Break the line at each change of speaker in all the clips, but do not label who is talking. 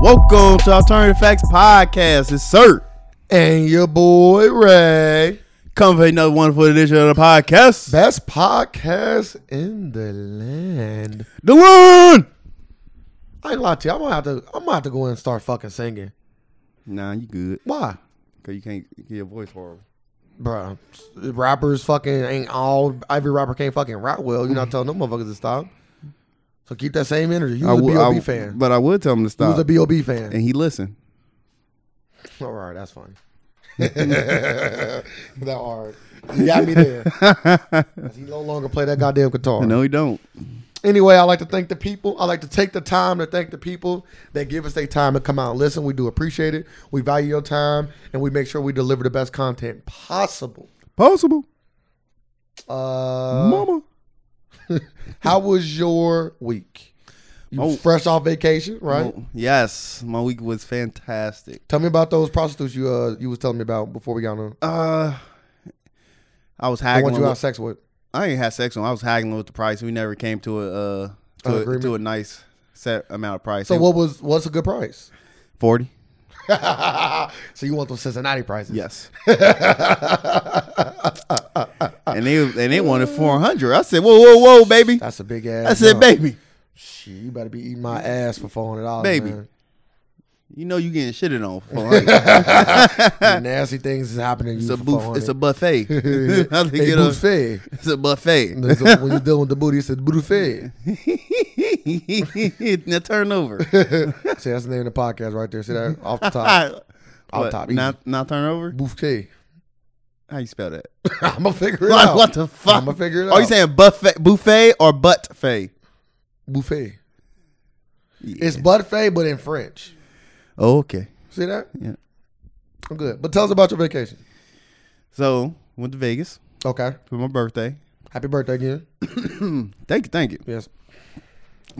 Welcome to Alternative Facts Podcast. It's Sir
and your boy Ray.
Come for another wonderful edition of the podcast.
Best podcast in the land.
The one.
I ain't lie to you. I'm gonna have to. I'm gonna have to go in and start fucking singing.
Nah, you good?
Why,
Cause you can't get your voice horrible.
bro? Rappers fucking ain't all. Every rapper can't fucking rap well. You're not telling them motherfuckers to stop. So keep that same energy. You was a
would-
B.O.B.
would-
fan.
but I would tell him to
You was
stop,
a B.O.B. fan.
and he listened.
All right, that's fine. that hard. You got me there. 'Cause he no longer play that goddamn guitar.
No, he don't.
Anyway, I like to thank the people. I like to take the time to thank the people that give us their time to come out and listen. We do appreciate it. We value your time, and we make sure we deliver the best content possible.
Possible,
Uh,
Mama.
how was your week? You
Oh.
fresh off vacation, right?
Oh, yes, my week was fantastic.
Tell me about those prostitutes you uh you was telling me about before we got on.
Uh, I was
The
haggling.
ones you
with-
had sex with.
I ain't had sex on. I was haggling with the price. We never came to a uh,
An
to, a,
agreement?
to a nice set amount of price.
So
It-
what was what's a good price?
Forty.
so you want those Cincinnati prices?
Yes. and they and they wanted four hundred. I said, whoa, whoa, whoa, baby.
That's a big ass.
I said,
number.
baby,
Shit, you better be eating my ass for four hundred dollars,
Baby.
Man.
you know you getting shitted on. For 400.
The nasty things is happening. To
it's
you
a
for
boof,
400.
It's a buffet. I think
Hey,
it uh,
booty
was-
fed.
it's a buffet.
There's a- when you're dealing with the booty, it's a booty fed.
now turn over.
See, that's the name of the podcast right there. See that off the top, off
what,
top. Easy.
not not turn over.
Buffet.
How you spell that?
I'm gonna figure it
Like,
out.
what the fuck?
I'ma figure it
Are you
out.
saying buffet, buffet or butt fay?
Buffet.
Yeah.
It's buffet, but in French.
Oh, okay.
See that?
Yeah.
I'm good. But tell us about your vacation.
So went to Vegas
Okay.
for my birthday.
Happy birthday again.
Thank you, thank you.
Yes.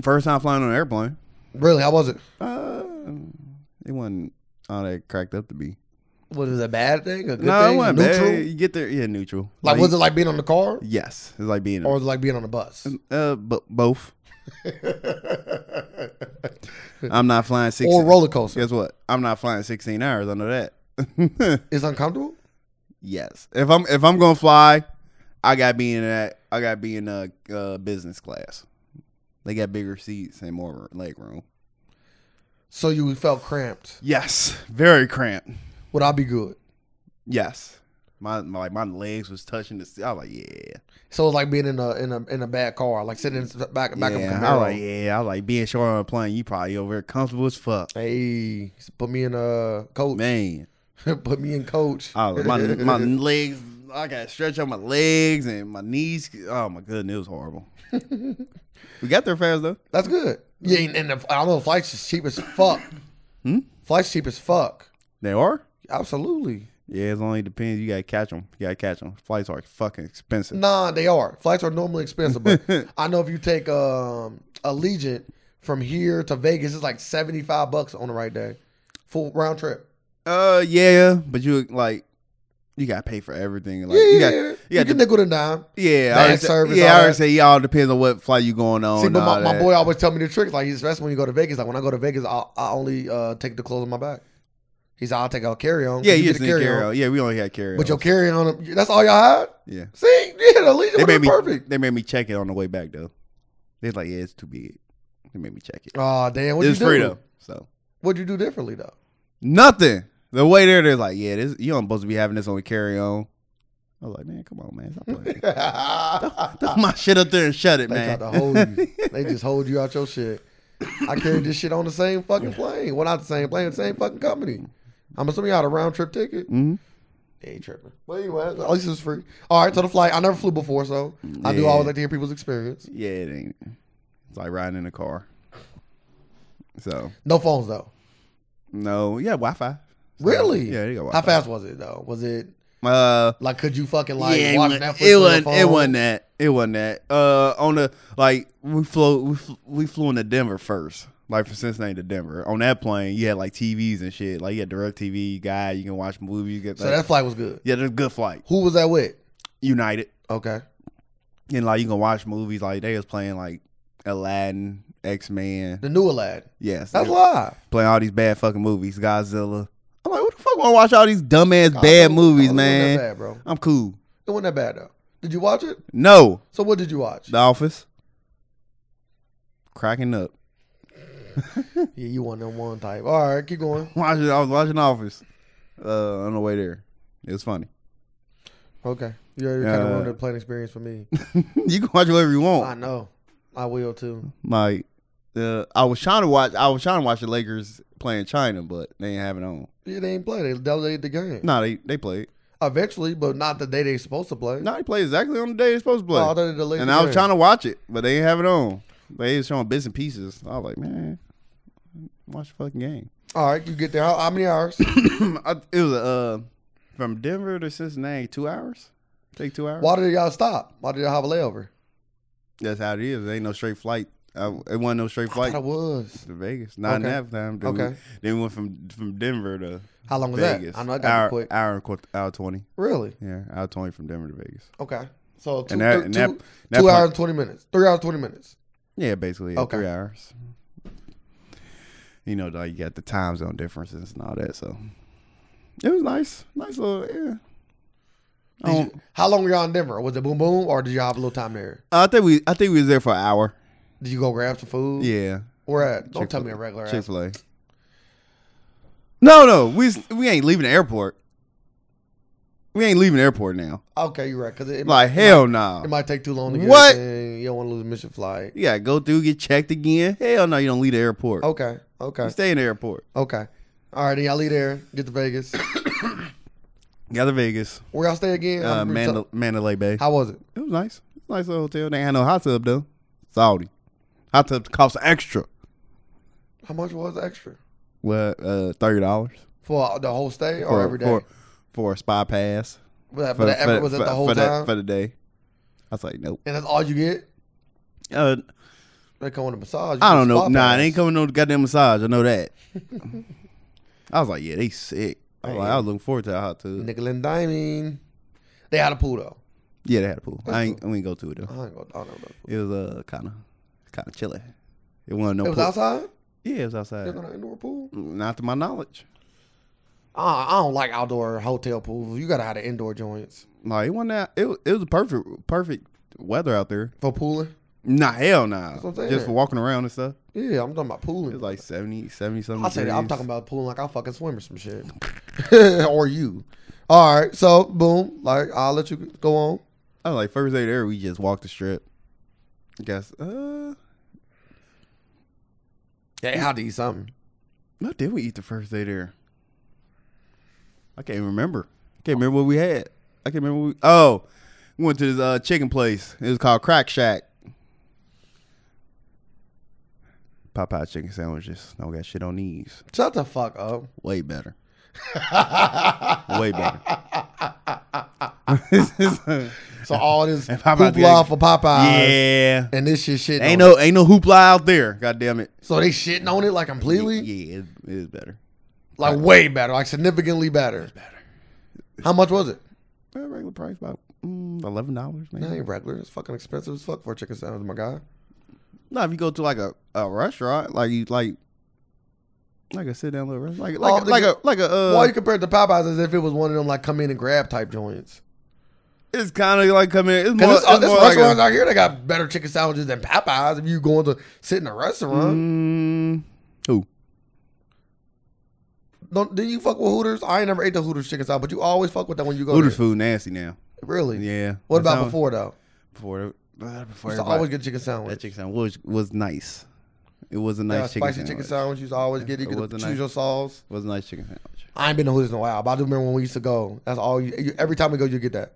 First time flying on an airplane.
Really? How was it?
Uh, it wasn't all that cracked up to be.
Was it a bad thing? A good
no,
thing?
it wasn't
Neutral?
bad. You get there, yeah, neutral.
Like, was it like being on the car,
Yes, it's like being.
or was it like being on the bus?
uh, but both. I'm not flying sixteen.
Or a roller coaster?
Guess what? I'm not flying sixteen hours. I know that.
It's uncomfortable.
yes, if I'm if I'm gonna fly, I got to be in that. I got to be in a uh, business class. They got bigger seats and more leg room.
So you felt cramped.
Yes, very cramped.
Would I be good?
Yes, my, my like my legs was touching the. seat. I was like, yeah.
So it's like being in a in a in a bad car, like sitting in the back back of a
yeah,
Camaro.
I like yeah, I like being short on a plane. You probably over here comfortable as fuck,
Hey, put me in a coach.
man.
put me in coach.
I was, my my legs, I got to stretch out my legs and my knees. Oh my goodness, it was horrible. we got there fast though.
That's good. Yeah, and- and the, I know flights is cheap as fuck.
Hmm?
Flights cheap as fuck.
They are.
Absolutely.
Yeah, it only depends. You gotta catch them. You gotta catch them. Flights are fucking expensive.
Nah, they are. Flights are normally expensive, but I know if you take um Allegiant from here to Vegas, it's like seventy five bucks on the right day, full round trip.
Uh, yeah, but you like, you gotta pay for everything. Like,
Yeah,
you
yeah,
got,
yeah.
you
You
got
can
to,
nickel and dime.
yeah,
bag
I already
service,
say,
all
yeah. I already
that.
say, yeah, all depends on what flight you going on.
See, but
and
my,
all
my
Oh, that.
boy always tell me the tricks. Like, he's especially when you go to Vegas. Like, when I go to Vegas, I, I only uh, take the clothes on my back. He's like, I'll take out carry on.
Yeah, you just need carry on. Yeah, we only had carry on.
But your carry on, that's all y'all had?
yeah.
See, yeah, the Legion
They
would
made
be
me
perfect.
They made me check it on the way back though. They're like, yeah, it's too big. They made me check it.
Oh, damn. What'd
it's
you do?
free though. So
What'd you do differently, though?
nothing. The waiter, they're like, yeah, this you don't supposed to be having this on carry on. I was like, man, come on, man, stop playing. Throw my shit up there and shut it,
they tried
man.
to hold you. They just hold you out your shit. I carried this shit on the same fucking plane. Well, not the same plane, the same fucking company. I'm assuming you had a round trip ticket.
hmm
They ain't tripping. But anyway, at least it was free. All right, so the flight. I never flew before, so I do
Yeah.
always like to hear people's experience.
Yeah, it ain't. It's like riding in a car. So
No phones though.
no, yeah, Wi Fi.
Really?
Yeah, they got
How
Wi Fi.
fast was it though? Was it
Uh,
like could you fucking like
yeah,
watch
it,
Netflix
wasn't, it,
on
wasn't,
your
it
phone?
wasn't that. It wasn't that. Uh, on the like we flew we flew, we flew into Denver first, like from Cincinnati to Denver. On that plane, you had like TVs and shit. Like you had Direct TV guy, you can watch movies. You get
So
like-
that flight was good.
yeah, there's a good flight.
Who was that with?
United
Okay.
and like you can watch movies. Like they was playing like Aladdin X Men.
The new Aladdin.
Yes,
That's live.
playing all these bad fucking movies. Godzilla. I'm like, what the fuck? Want to watch all these dumbass
Hollywood-
bad movies,
Hollywood
man?
Wasn't that bad, bro.
I'm cool.
It wasn't that bad though. Did you watch it?
No,
So what did you watch?
The Office. Cracking up.
Yeah, you won them one type. All right, keep going.
Watching, I was watching Office uh, on the way there. It was funny.
Okay, you already kind of
Uh,
ruined the plane experience for me.
you can watch whatever you
I
want.
know. I will too.
Like, uh, I was trying to watch. I was trying to watch the Lakers playing China, but they ain't having on.
Yeah, they ain't play. They delayed the game.
No, they they played.
Eventually, but not the day they supposed to play.
No, they played exactly on the day they supposed to play.
Oh, I thought they delayed
and
the
I was
game.
trying to watch it, but they didn't have it on. They was showing bits and pieces. I was like, man, watch the fucking game.
All right, you get there. How, how many hours?
I, it was uh from Denver to Cincinnati, two hours. Take two hours.
Why did y'all stop? Why did y'all have a layover?
That's how it is. There ain't no straight flight. Uh, it wasn't no straight
I
flight
thought it was.
to Vegas. Not
Okay.
in that time. Then
Okay.
We, then we went from from Denver to
How long was
Vegas.
that? I know I got
hour,
it quick.
Hour and quar- hour twenty.
Really?
Yeah, hour twenty from Denver to Vegas.
Okay. So two,
And that-
thir-
and
two,
that- that
two
part-
hours and twenty minutes. Three hours twenty minutes.
Yeah, basically yeah,
Okay.
three hours. You know, like you got the time zone differences and all that. So it was nice, nice little. Yeah. I,
Did you-
don't-
how long were y'all in Denver? Was it boom boom or did y'all have a little time there?
I think we, I think we was there for an hour.
Did you go grab some food?
Yeah,
Where at? Don't tell
Chick-fil-
me a regular
Chick
ass.
Fil A. No, no, we we ain't leaving the airport. We ain't leaving the airport now.
Okay, you're right. Because it, might
Like hell no.
it might take too long to get
What?
everything. You don't want to lose a mission flight.
You gotta go through, get checked again. Hell no, you don't leave the airport.
Okay, okay,
You stay in the airport.
okay. All right, then y'all leave there. Get to Vegas.
Got to Vegas,
Where y'all stay again?
uh,
I'm-
Mandal- Mandalay Bay.
How was it?
It was nice. It was a nice little hotel. They ain't had no hot tub though. Saudi. Hot tub costs extra.
How much was extra
What? Uh, thirty dollars
for the whole stay or
for
Oh, every day?
for for a spa pass
was that,
for,
for that,
for-
was it
for-
the whole
for
time?
that, for the day. I was like, nope.
and that's all you get?
Uh,
They come with a massage. You
I
get
don't know.
spa
Nah,
pass.
it ain't coming no goddamn massage. I know that. I was like, yeah, they sick. I was, like, I was looking forward to a hot tub.
Nickel and diming. They had a pool though.
Yeah, they had a pool. I ain't. I ain't go to it though.
I ain't gonna- I don't know. about pool.
It was uh kind of kind of chilly. It wasn't no.
It was
pool.
outside.
Yeah, it was
It
outside.
was an indoor pool.
Not to my knowledge.
I, I don't like outdoor hotel pools. You gotta have the indoor joints
No, it wasn't that. It wa- it was perfect perfect weather out there.
for pooling.
Nah, hell nah.
what I'm saying.
Just for walking around and stuff.
Yeah, I'm talking about pooling.
It was like 70, 70 something.
I'll tell you, that, I'm
degrees.
talking about pooling like I'll fucking swim or some shit. or you. All right, so boom, like I'll let you go on.
I was like first day there, we just walked the strip. Guess uh,
Yeah, how to eat something.
what did we eat the first day there? I can't even remember. Can't remember what we had. I can't remember. What we, oh, we went to this uh, chicken place. It was called Crack Shack. Popeye chicken sandwiches. Don't got shit on these.
Shut the fuck up.
Way better. Way better.
So all this
And Popeye
hoopla
did-
for Popeyes
yeah.
and this shit shit.
Ain't no ain't no hoopla out there. God damn it.
So they shitting on it like completely,
Yeah, it, it is better.
like way better, like significantly better.
better.
How much was it?
Uh, regular price about mm, eleven dollars maybe.
That ain't regular. It's fucking expensive as fuck for a chicken sandwich, my guy.
No, if you go to like a, a restaurant, like you like like a sit down little restaurant, like like,
the-
like a like a uh,
Why you compare it to Popeyes as if it was one of them like come in and grab type joints?
it's kind of like coming. It's more,
Because
it's
there's,
more uh, like
restaurants
a,
out here that got better chicken sandwiches than Popeyes. If you going to sit in a restaurant,
mm, who?
don't do you fuck with Hooters? I ain't never ate the Hooters chicken sandwich, but you always fuck with that when you go.
Hooters
there.
food nasty now.
really?
Yeah.
Oh, What
That's
about
how-
before though?
Before uh, before
Used to
everybody-
always get chicken
that
sandwich.
chicken sandwich was, was nice. It was a
Yeah,
nice chicken
spicy chicken sandwich. You used to always get. You
It
could
was a
choose
nice-
your sauce.
It was a nice chicken sandwich.
I ain't been to Hooters in a while, but I do remember when we used to go. That's all. You, you- every time we go, you get that,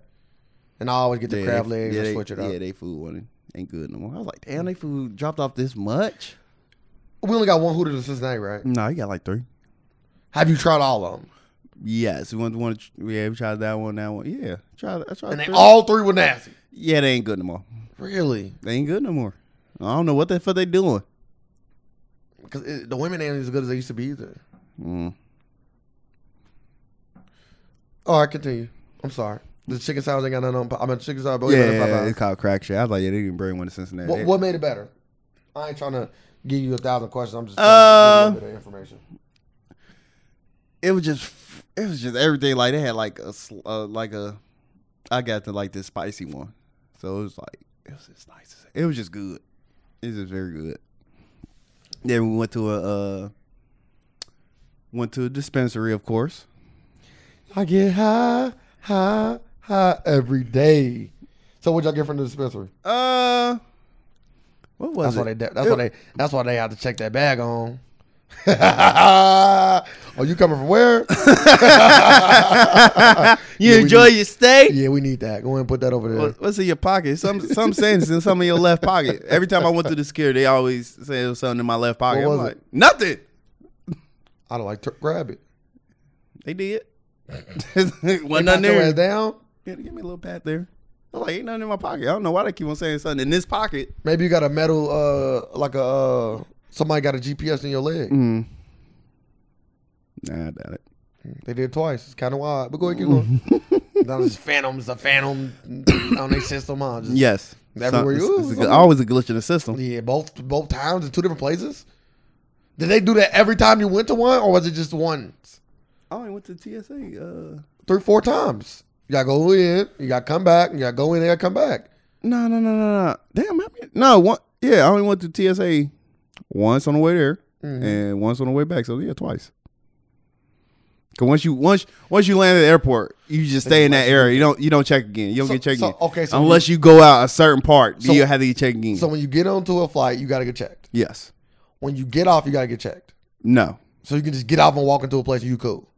and I always get the
Yeah,
crab
they-
legs
yeah,
and
they-
switch it up.
Yeah, they food wasn't ain't good no more. I was like, damn, they food dropped off this much.
We only got one Hooters in Cincinnati, right?
No, you got like three.
Have you tried all of them?
Yes, we went to one. Yeah, we tried that one. That one. Yeah, tried. I tried.
And they
three.
all three were nasty.
yeah, they ain't good no more.
Really?
They ain't good no more. I don't know what the fuck they doing.
Because the women ain't as good as they used to be either.
Mm.
All right, continue. I'm sorry. The chicken sandwich ain't got nothing on. Pop- I mean, chicken sandwich. but
Yeah,
it better
yeah,
Popeyes.
it's called crack shit. I was like, yeah, they didn't bring one to Cincinnati.
What, what made it better? I ain't trying to give you a thousand questions. I'm just
Uh,
trying to give you a little bit of information.
it was just it was just everything like they had like a sl- uh, like a I got to like this spicy one, so it was like it was just nice. It was just good. It was just very good. Then we went to a uh, went to a dispensary, of course.
I get high, high, high every day. So what y'all get from the dispensary?
Uh, what was
That's why they.
it?
That's
It-
why they. That's why they had to check that bag on. Are Oh, you coming from where?
you
Yeah, we
enjoy your stay.
yeah, we need that. Go ahead and put that over there.
What- What's in your pocket? Some some sayings in some of your left pocket. Every time I went through the scare, they always say it was something in my left pocket.
What
I'm
was
like, nothing.
I don't like to grab it.
They did. Wasn't
Knock
nothing
your
there.
ass down.
Yeah, give me a little pat there. I'm like, ain't nothing in my pocket. I don't know why they keep on saying something in this pocket.
Maybe you got a metal, uh, like a uh, somebody got a GPS in your leg.
Nah, I doubt it.
They did it twice. It's kind of wild, but go ahead, keep going. now this phantoms, a phantom on their system. Huh? Just, yeah.
Yes.
Everywhere
Some-
you-
it's- it's a good- always a glitch in the system.
both both times in two different places. Did they do that every time you went to one, or was it just once?
I only went to TSA. Uh,
Three, four times. You gotta go in, you gotta come back, you gotta go in, you gotta come back.
no, no, no, no, no. Damn, I mean, no one. Yeah, I only went to TSA once on the way there
Mm-hmm.
and once on the way back. So yeah, twice. Cause once you once once you land at the airport, you just stay in that area. You don't you don't check again. You don't
So-
get checked
so-
again.
okay, so
unless you, go out a certain part,
So-
you have to get checked again.
So when you get onto a flight, you gotta get checked.
yes.
When you get off, you gotta get checked.
No.
So you can just get off and walk into a place and you cool.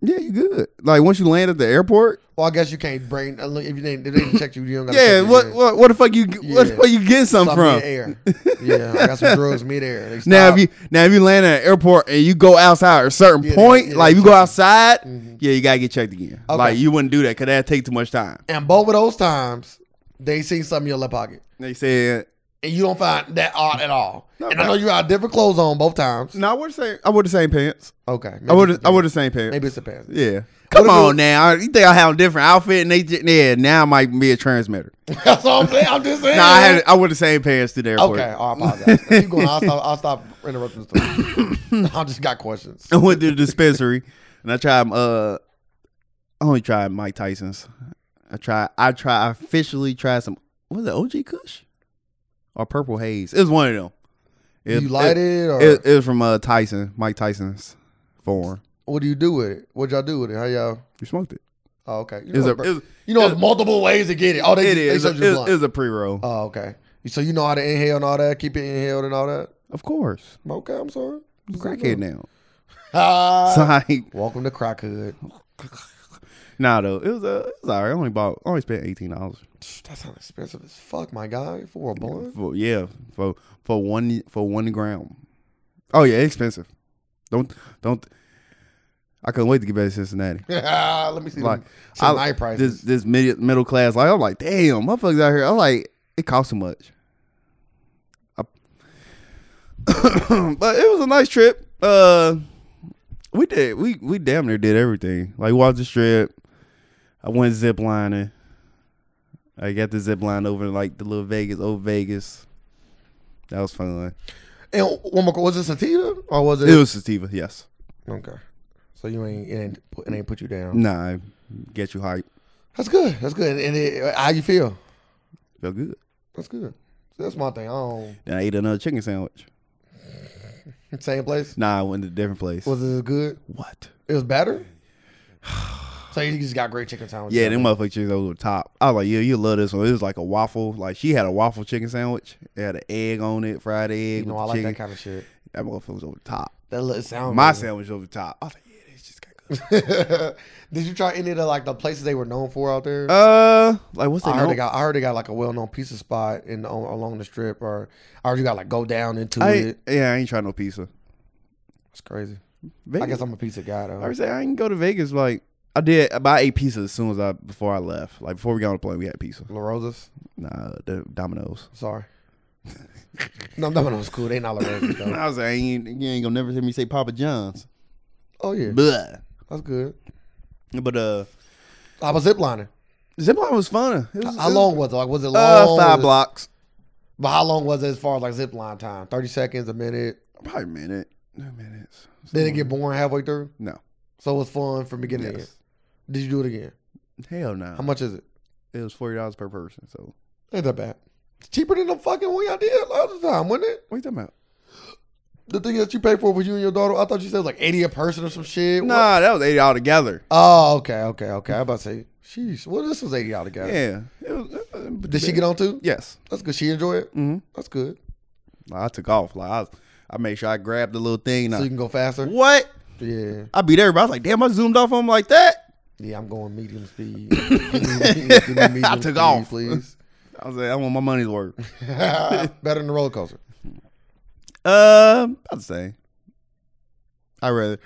Yeah, you good. Like once you land at the airport.
Well, I guess you can't bring unless- if you didn't, if they didn't check you. You don't gotta
Yeah,
check you
what,
again.
what what the fuck you what the
Yeah.
fuck you get something
Stop
from?
midair. yeah, I got some drugs midair. They
Now
stop.
if you now if you land at an airport and you go outside at a certain
Yeah,
point,
yeah,
like you
check
go outside, yeah, you gotta get checked again.
Okay.
Like you wouldn't do that because that take too much time.
and both of those times, they seen something in your left pocket,
They said,
and you don't find that odd at all.
No,
and I
but-
know you had different clothes on both times.
"No, I wear the same. I wear the same pants.
Okay, maybe
I wear the,
it's a
I wear
pants.
the same pants.
maybe it's a pass.
Yeah, come
if it
on
was-
now. You think I have a different outfit? And they just, yeah, now I might be a transmitter.
That's all I'm saying. I'm just saying.
No, I had I wear the same pants to the airport.
Okay, oh, I apologize. Keep going. I'll stop. I'll stop interrupting. the story. I just got questions.
I went to the dispensary and I tried uh I only tried Mike Tyson's. I tried I tried I officially tried some what was it, OG Kush? Or Purple Haze. It was one of them.
you light it, or
It, it was from uh Tyson, Mike Tyson's form.
what do you do with it? What y'all do with it? How y'all?
You smoked it.
Oh, okay. You
It was
know,
a
it's-
it was,
you know it's multiple ways to get it. Oh, they,
it
they
is
showed
it
you the
is-
blunt.
it is a pre roll.
Oh, okay. So you know how to inhale and all that, keep it inhaled and all that.
of course.
Okay, I'm sorry.
I'm crackhead now.
Ah.
So like
Welcome to Crack Hood.
nah though. It was uh it was alright. I only bought I only spent eighteen dollars.
That sounds expensive as fuck, my guy. For a blunt.
For yeah, for for one for one gram. Oh yeah, expensive. Don't don't. I couldn't wait to get back to Cincinnati.
Let me see
Like
like, some
I-
high
This
prices.
this middle middle class like I'm like damn motherfuckers out here. I'm like it costs too much. I- but it was a nice trip. Uh, we did we we damn near did everything. Like walked the strip. I went zip lining. I got the zip line over in like the little Vegas, old Vegas. That was fun.
and one more, was it sativa or was it?
It was sativa, yes.
okay. So you ain't it ain't, put, it ain't put you down.
Nah, I get you hype.
That's good. That's good. And it, how you feel?
Feel good.
That's good. So that's my thing. I don't,
Then I ate another chicken sandwich.
same place.
Nah, I went to a different place.
Was it good?
what?
It was better. so you just got great chicken sandwich.
Yeah, them motherfucking chickens over the top. I was like, yeah, you love this one. It was like a waffle. Like she had a waffle chicken sandwich. It had an egg on it, fried egg.
You know,
with
I
the
like
chicken.
that kind of shit.
That motherfucker was over the top.
That little sound.
My
good.
sandwich over the top. I was like, yeah, this just got good.
Did you try any of the like the places they were known for out there?
uh, like what's
I
that?
heard they got I heard they got like a well known pizza spot in on, along the strip, or I heard you got like go down into
I,
it.
yeah, I ain't trying no pizza.
It's crazy. I
Vegas.
guess I'm a pizza guy
I
though.
would say I can go to Vegas. Like I did, but I ate pizza as soon as I before I left. Like before we got on the plane, we had pizza.
La Rosa's,
Nah, the Domino's.
sorry. no, I'm not was cool. They not La Rosa's though.
I was like, ain't, you ain't gonna never hear me say Papa John's.
Oh yeah,
But
that's good.
but uh,
I was ziplining.
zipline was fun. It was,
How
it was,
long was it? Like was it long?
Uh,
Was
five
it-
blocks.
But how long was it as far as like zip line time? Thirty seconds, a minute.
Probably a minute. No minutes.
Did it get boring halfway through?
No.
So it was fun from beginning to end.
Yes.
Did you do it again?
Hell no.
How much is it?
It was forty dollars per person. So
Ain't that bad. It's cheaper than the fucking one y'all did last time, wasn't it?
what you talking about?
The thing that you paid for was you and your daughter. I thought you said like eighty a person or some shit. What-
Nah, that was eighty all together.
Oh, okay, okay, okay. I about to say, sheesh. Well, this was eighty all together.
Yeah. It was, it-
Did she get on too?
Yes.
That's good. She enjoy it.
Mm-hmm.
That's good.
I took off. Like I, was- I made sure I grabbed the little thing. and
So
I-
you can go faster.
what?
Yeah,
I beat everybody. I was like, damn, I zoomed off on him like that.
yeah. I'm going medium speed. Give me- give me medium
I took
speed,
off.
please.
I was like, I want my money's worth.
Better than the roller coaster.
Um, I'd say. I rather.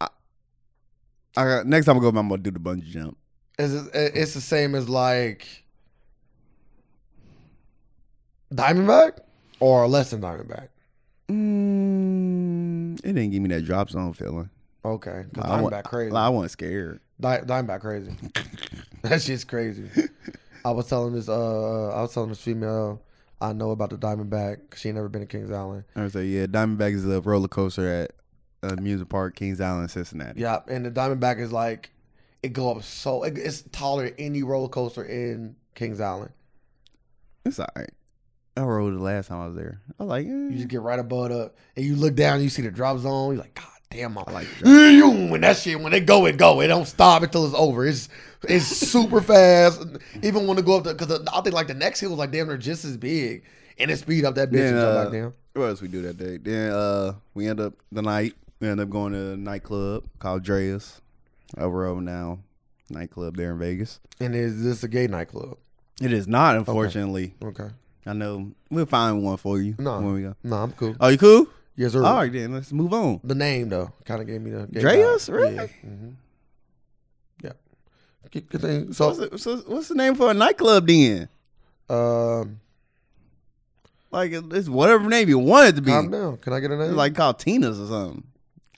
I, I got- next time I go, I'm gonna do the bungee jump.
It's it's the same as like Diamondback or less than Diamondback.
Mm, it didn't give me that drop zone feeling.
Okay, 'cause
Like, I wa-
Diamondback crazy.
like, I wasn't scared.
Di- Diamondback crazy. that shit's crazy. I was telling this uh I was telling this female I know about the Diamondback 'cause she ain't never been to Kings Island.
I was like, yeah, Diamondback is a roller coaster at amusement park, Kings Island, Cincinnati.
Yeah, and the Diamondback is like it go up so it, it's taller than any roller coaster in Kings Island.
It's all right. I rode it last time I was there. I was like, eh.
You just get right above it up and you look down, you see the drop zone, you're like, God damn I like
like the
when that shit when it go it go it don't stop until it's over it's it's super fast even when it go up because I think like the next hill was like damn they're just as big and it speed up that bitch
Then,
and jump
uh,
back down
what else we do that day? Then uh, we end up the night. We end up going to a nightclub called Dreas, over over now nightclub there in Vegas.
And is this a gay nightclub?
It is not, unfortunately.
Okay.
I know we'll find one for you
No.
when we go.
No, I'm cool.
Oh, you cool?
yes, sir.
All right, then let's move on.
The name though kind of gave me the gay
Dreas?
vibe.
Really?
Yeah. Mm-hmm. yeah. Good- good thing. So,
What's, the, so what's the name for a nightclub then?
um,
Like it's whatever name you want it to be.
calm down. Can I get a name?
It's like called Tina's or something.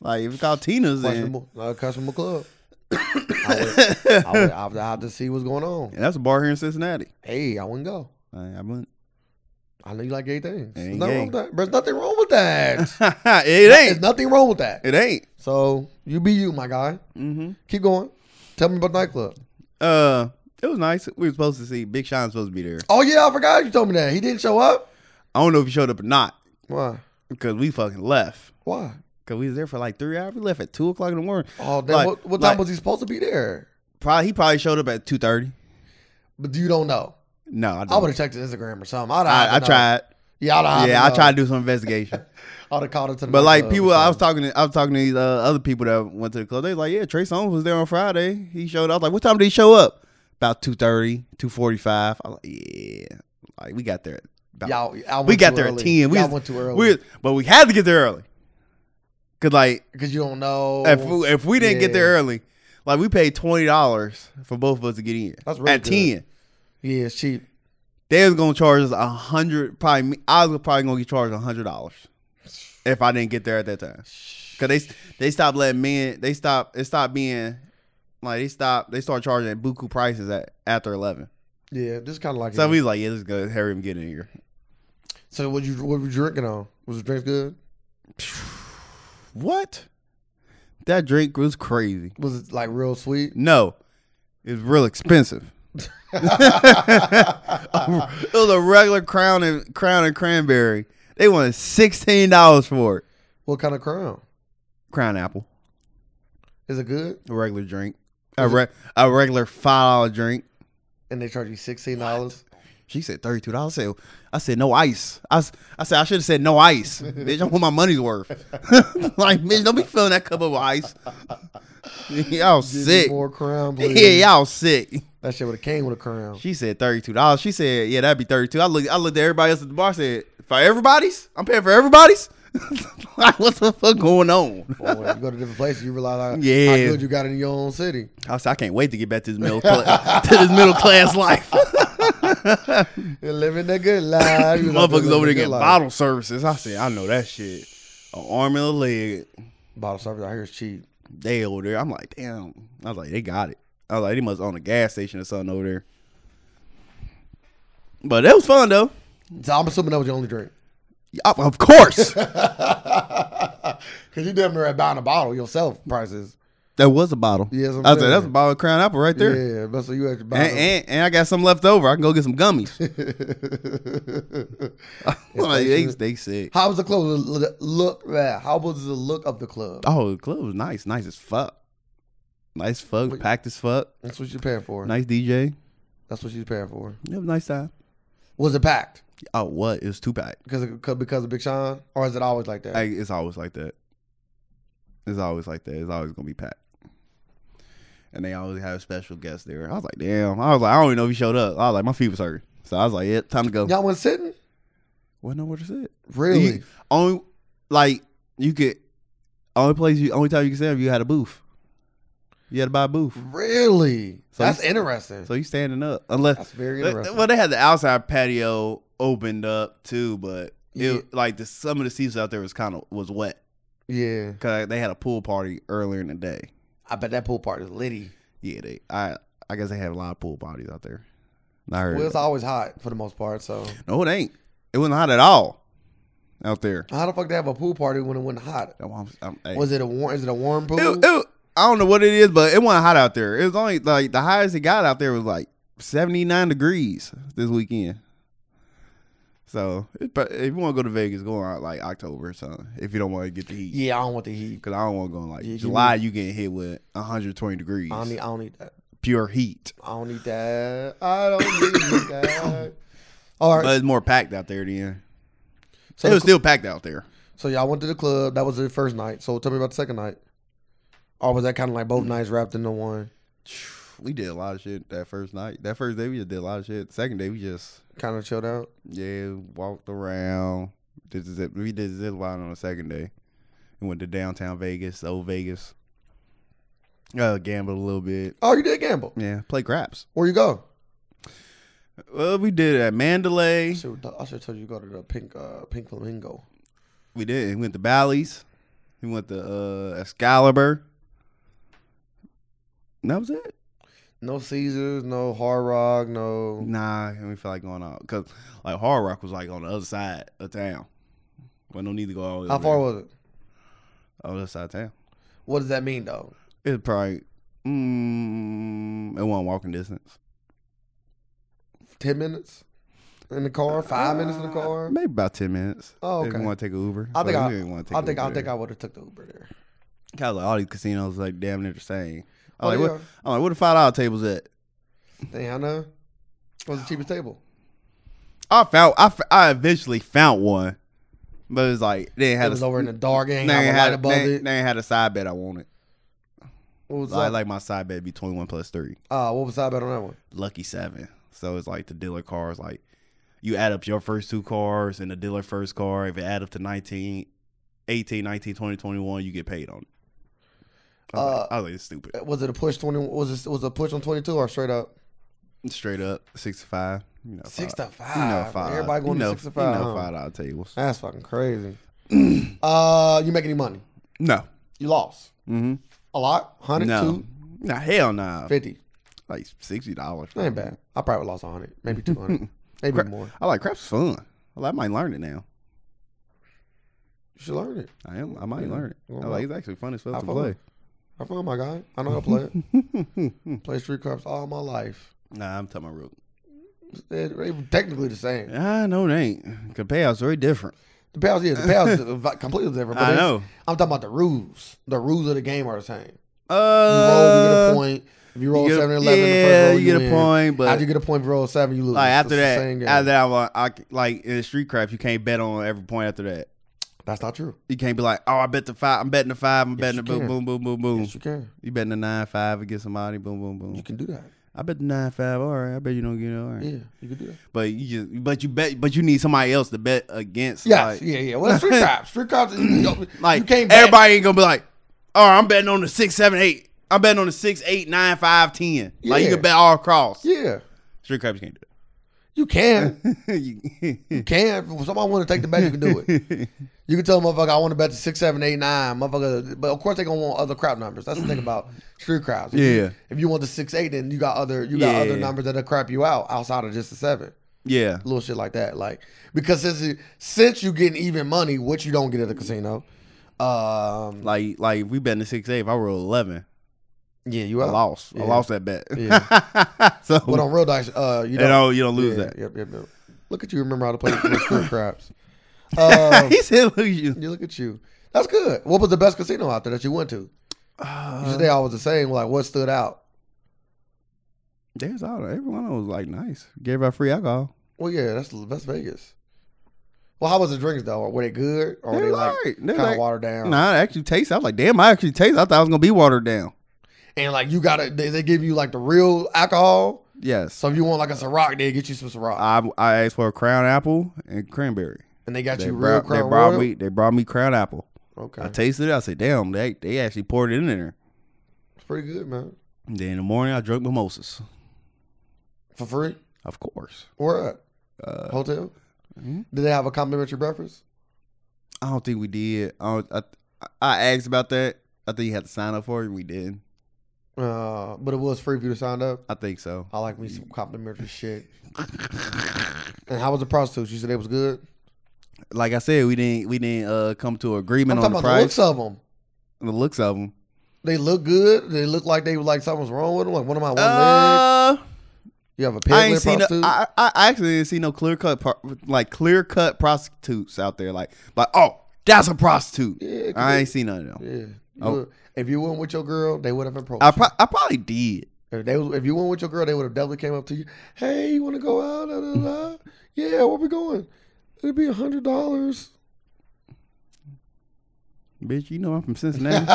Like if it's called Tina's, then
questionable, uh, questionable club. I would, I would, I would have to see what's going on.
and that's a bar here in Cincinnati.
Hey, I wouldn't go.
I, I wouldn't.
I know you like gay things.
Ain't
There's nothing
gay.
wrong with that. There's nothing wrong with that.
it
There's
ain't.
nothing wrong with that.
It ain't.
So you be you, my guy.
Mm-hmm.
Keep going. Tell me about nightclub.
Uh, it was nice. We were supposed to see Big Sean's supposed to be there.
Oh yeah, I forgot you told me that he didn't show up.
I don't know if he showed up or not
Why?
because we fucking left.
Why?
Cause we was there for like three hours. We left at two o'clock in the morning.
Oh, damn,
Like-
what, what
like-
time was he supposed to be there?
Probably he probably showed up at two thirty.
But you don't know.
No, I don't.
I would have checked his Instagram or something. I'd
Mm. I, I tried.
Yeah, I'd
yeah, I tried to do some investigation.
I'd have called it to the.
But like
nightclub or
people, I was
something.
talking to I was talking to these uh, other people that went to the club. They was like, yeah, Trey Songz was there on Friday. He showed. up. I was like, what time did he show up? About 2.30, 2.45. I was like, yeah, like we got there. at About,
y'all, I
we
went
got
too
there
early.
at ten. We
y'all
was-
went too
we
early
was- but we had to get there early. Cause like
because you don't know.
if we, if we didn't get there
Oh, Yeah.
early, like we paid twenty dollars for both of us to get in.
That's really
at
good.
ten.
yeah, it's cheap.
They was gonna charge us a hundred. Probably me- I was probably gonna get charged a hundred dollars if I didn't get there at that time. Cause they they stopped letting men. They stopped. It stopped being like they stopped. They start charging buku prices at after eleven.
Yeah, just kind of like.
So
So,
we was like, yeah, this is good. Hurry up and get in here.
so what you what were you drinking on? Was the drinks good?
What? That drink was crazy.
Was it like real sweet?
No, it was real expensive. it was a regular crown and crown and cranberry. They wanted sixteen dollars for it.
What kind of crown?
Crown apple,
Is it good?
a regular drink, a re- a regular five dollar drink.
And they charge you sixteen dollars.
She said thirty two dollars. I said, I said no ice. I, s- I said I should have said no ice, bitch. I want my money's worth. like bitch, don't be filling that cup up with ice. y'all sick.
More crown, please.
Yeah, y'all sick.
That shit would have came with a crown.
She said thirty two dollars. She said, "Yeah, that'd be thirty two. I looked. I looked at everybody else at the bar. Said, "For everybody's, I'm paying for everybody's. like, what the fuck going on?"
Boy, you go to different places, you realize how, how
Yeah.
good you got in your own city.
I said, "I can't wait to get back to this middle cla- to this middle class life."
You're living that good life. You love
Motherfuckers
living
over
the
there
good
getting
life.
bottle services. I said, "I know that shit. An arm and a leg.
Bottle service out here is cheap.
They over there." I'm like, "Damn." I was like, "They got it." I was like, "They must own a gas station or something over there." But that was fun though.
So I'm assuming that was your only drink.
Of- Of course,
Because you damn near had buying a bottle yourself, prices.
that was a bottle.
Yeah, that's what I'm
I was like,
saying.
that's a bottle of Crown Apple right there.
Yeah, but so you had to buy
And, and, and I got some left over. I can go get some gummies. like, they, they sick.
How was the clothes look? look yeah, how was the look of the club?
Oh, the club was nice. Nice as fuck. Nice fuck. Packed as fuck.
That's what you're paying for.
Nice DJ.
That's what you're paying for.
It was a nice time.
Was it packed
Oh, what? It was two packed.
because of, 'cause- because of Big Sean, or is it always like that?
Hey, it's always like that. It's always like that. It's always gonna be packed. And they always have special guests there. I was like, damn. I was like, I don't even know if he showed up. I was like, my feet was hurting. So I was like, yeah, time to go.
Y'all went sitting?
Wasn't nowhere to sit.
Really?
You- only like you could only place you only time you could sit if you had a booth. You had to buy a booth.
Really?
So
That's
you-
interesting.
So you standing up. Unless
That's very
They-
interesting.
Well, they had the outside patio opened up too, but it
Yeah.
like the some of the seats out there was kind of was wet
yeah,
because they had a pool party earlier in the day.
I bet that pool part is litty.
Yeah, they I I guess they have a lot of pool parties out there. I heard.
Well, it's
that.
always hot for the most part. So
no, it ain't. It wasn't hot at all out there.
how the fuck they have a pool party when it wasn't hot?
I'm- I'm- I'm- um, hey.
Was it a warm? Is it a warm pool?
It- it- I don't know what it is, but it wasn't hot out there. It was only like the highest it got out there was like 79 degrees this weekend. So it, but if you want to go to Vegas, go on like October or something. If you don't want to get the heat,
yeah, I don't want the heat.
because I don't want to go in like
Yeah, you
July. You getting hit with 120 degrees,
I don't need. I don't need that.
pure heat.
I don't need that. I don't need that. All right.
But it's more packed out there then.
so,
it was
the cl-
still packed out there.
so y'all went to the club. That was the first night. So tell me about the second night. Or was that kind of like both nights wrapped into one?
We did a lot of shit that first night. That first day we just did a lot of shit. Second day we just
Kind of chilled out.
Yeah, walked around. Did the zip, we did the zip line on the second day. We went to downtown Vegas, old Vegas. Uh, gambled a little bit.
Oh, you did gamble.
Yeah, play craps.
Where you go?
Well, we did it at Mandalay.
Shoot, I should have told you to go to the pink, uh, pink flamingo.
We did. We went to Bally's. We went to uh, Excalibur. And that was it.
No Caesars, no Hard Rock, no.
Nah, and we feel like going out because like Hard Rock was like on the other side of town. But no need to go all the way.
How
over
far
there.
was it?
Oh, other side of town.
What does that mean though?
It's probably mm, it wasn't walking distance.
Ten minutes in the car, five minutes in the
Uh,
car.
Maybe about ten minutes.
Oh,
If
okay.
you want to take an Uber.
I think I,
want
I think I think I would have took the Uber there.
Kind of like all these casinos like damn near the same. I'm
Oh,
like,
yeah.
what, I'm like, where the five dollar tables at?
Damn, I know. What was the cheapest table?
I found I, f- I eventually found one, but it's like they ain't
It
had
was
a,
over in the dark. Ain't
they
have a
ain't
light
had
above
they,
it.
ain't- they ain't had a side bet I wanted.
What was
So I
that?
like my side bet be twenty one plus three,
Uh, what was I bet on that one?
lucky seven. So it's like the dealer cars like. You add up your first two cars and the dealer first car. If it add up to 19, 18, 19, 20, 21, you get paid on it. I was,
Uh,
like, I was like, it's stupid.
Was it a push twenty? Was it was it a push on twenty two or straight up
Straight up, six to five. You know, five.
six to five?
You know, five.
Everybody going
you know,
to six to five. Uh,
You know,
huh?
five dollar tables.
That's fucking crazy. uh, you make any money?
No.
You lost
Mm-hmm.
a lot, hundred
No.
two
Nah, hell nah.
fifty.
Like sixty dollars.
That ain't bad. I probably lost hundred, maybe two hundred, maybe more.
I like crap's fun. Well, I might learn it now.
You should learn it.
I am. I might learn it.
Well,
I like it's actually fun as fuck
have
to
fun.
play.
I found my guy. I know how to play it. play street craps all my life.
Nah, I'm talking about real.
It, it- technically the same.
I know it ain't. Cause payouts very different.
The pals, yeah, the pals is vi- completely different.
I
it's-
know.
I'm talking about the rules. The rules of the game are the same. You roll, you get a
Uh,
point. If you roll
you get a-
7 11, the
yeah,
first roll,
you get a
win.
point, but-
After you get a point, if you roll 7, you lose.
like
It's
after
the
that,
same game.
after that, I'm like, I, like in the street craps, you can't bet on every point after that.
That's not true.
You can't be like, oh, I bet the five. I'm betting the five. I'm betting
you
the boom,
can.
boom, boom, boom, boom.
Yes, you can.
You betting the nine five against somebody. Boom, boom,
You
boom.
can do that.
I bet the nine five. All right. I bet you don't get it. All right.
Yeah, you can do that.
But you just, but you bet, but you need somebody else to bet against.
Yes,
Like,
yeah, yeah. Well, that's street cops. Street cops, you, you
like
can't bet.
everybody ain't gonna be like, all right. I'm betting on the six, seven, eight. I'm betting on the six, eight, nine, five, ten. Like you
Yeah.
can bet all across.
Yeah,
Street craps can't do
you can.
it.
You can. If somebody want to take the bet, you can do it. You can tell them, motherfucker, I want to bet to six, seven, eight, nine, motherfucker. But of course, they gonna want other crowd numbers. That's the thing about street crowds. If you-
Yeah.
If you want the six, eight, then you got other you got
Yeah.
other numbers that'll crap you out outside of just the seven.
Yeah.
little shit like that. Like because since you- since you getting even money, which you don't get at the casino, um,
Like like if we bet in six eight. If I roll eleven,
yeah, you
I
out.
lost.
yeah.
I lost that bet. so
But on real dice, uh, you
you
don't,
don't you don't lose
yeah,
that.
Yep, yep, yep. Look at you. Remember how to play with strip craps. Um,
he said lose you.
you look at you. That's good. What was the best casino out there that you went to? You said
Uh,
they all was the same. Like what stood out?
there's all everyone was like nice. Gave out free alcohol.
Well, yeah, that's that's Vegas. Well, how was the drinks though? Were they good or were
They
Oh, they
was
like
alright. They
kind
was
of
like-
watered down?
Nah, I actually taste. I was like, damn, I actually taste. I thought I was gonna be watered down.
And like you got to they, they give you like the real alcohol.
Yes.
So if you want like a Ciroc, they get you some Ciroc.
I I asked for a crown apple and cranberry.
and they got
They
you real
brought, they
Crown
brought
Royal?
me they brought me crown apple.
Okay,
I tasted it. I said, damn, they they actually poured it in there.
it's pretty good, man.
And then in the morning, I drank mimosas.
For free?
Of course.
Where at?
Uh,
Hotel?
mhm.
Did they have a complimentary breakfast?
I don't think we did. I, don't, I I asked about that. I think you had to sign up for it. We didn't.
Uh, but it was free for you to sign up.
I think so.
I like me some complimentary shit. And how was the prostitutes? You said they was good.
Like I said, we didn't we didn't uh, come to an
I'm
agreement on
talking
the
about the
price.
looks of them.
The looks of them.
They look good. They look like they like something's wrong with them. Like one of my one leg.
Uh,
You have a
I
pig
ain't
leg
seen. No,
prostitute.
I I actually didn't see no clear cut par- like clear cut prostitutes out there. Like like oh that's a prostitute.
yeah, it could
I
be.
ain't seen none of them.
yeah. You
Oh.
would- If you went with your girl, they would have approached.
I
you.
pro- I probably did.
If they was, if you went with your girl, they would have definitely came up to you. Hey, you want to go out? Da, da, da. Yeah, where we going? It'd be a hundred dollars.
Bitch, you know I'm from Cincinnati.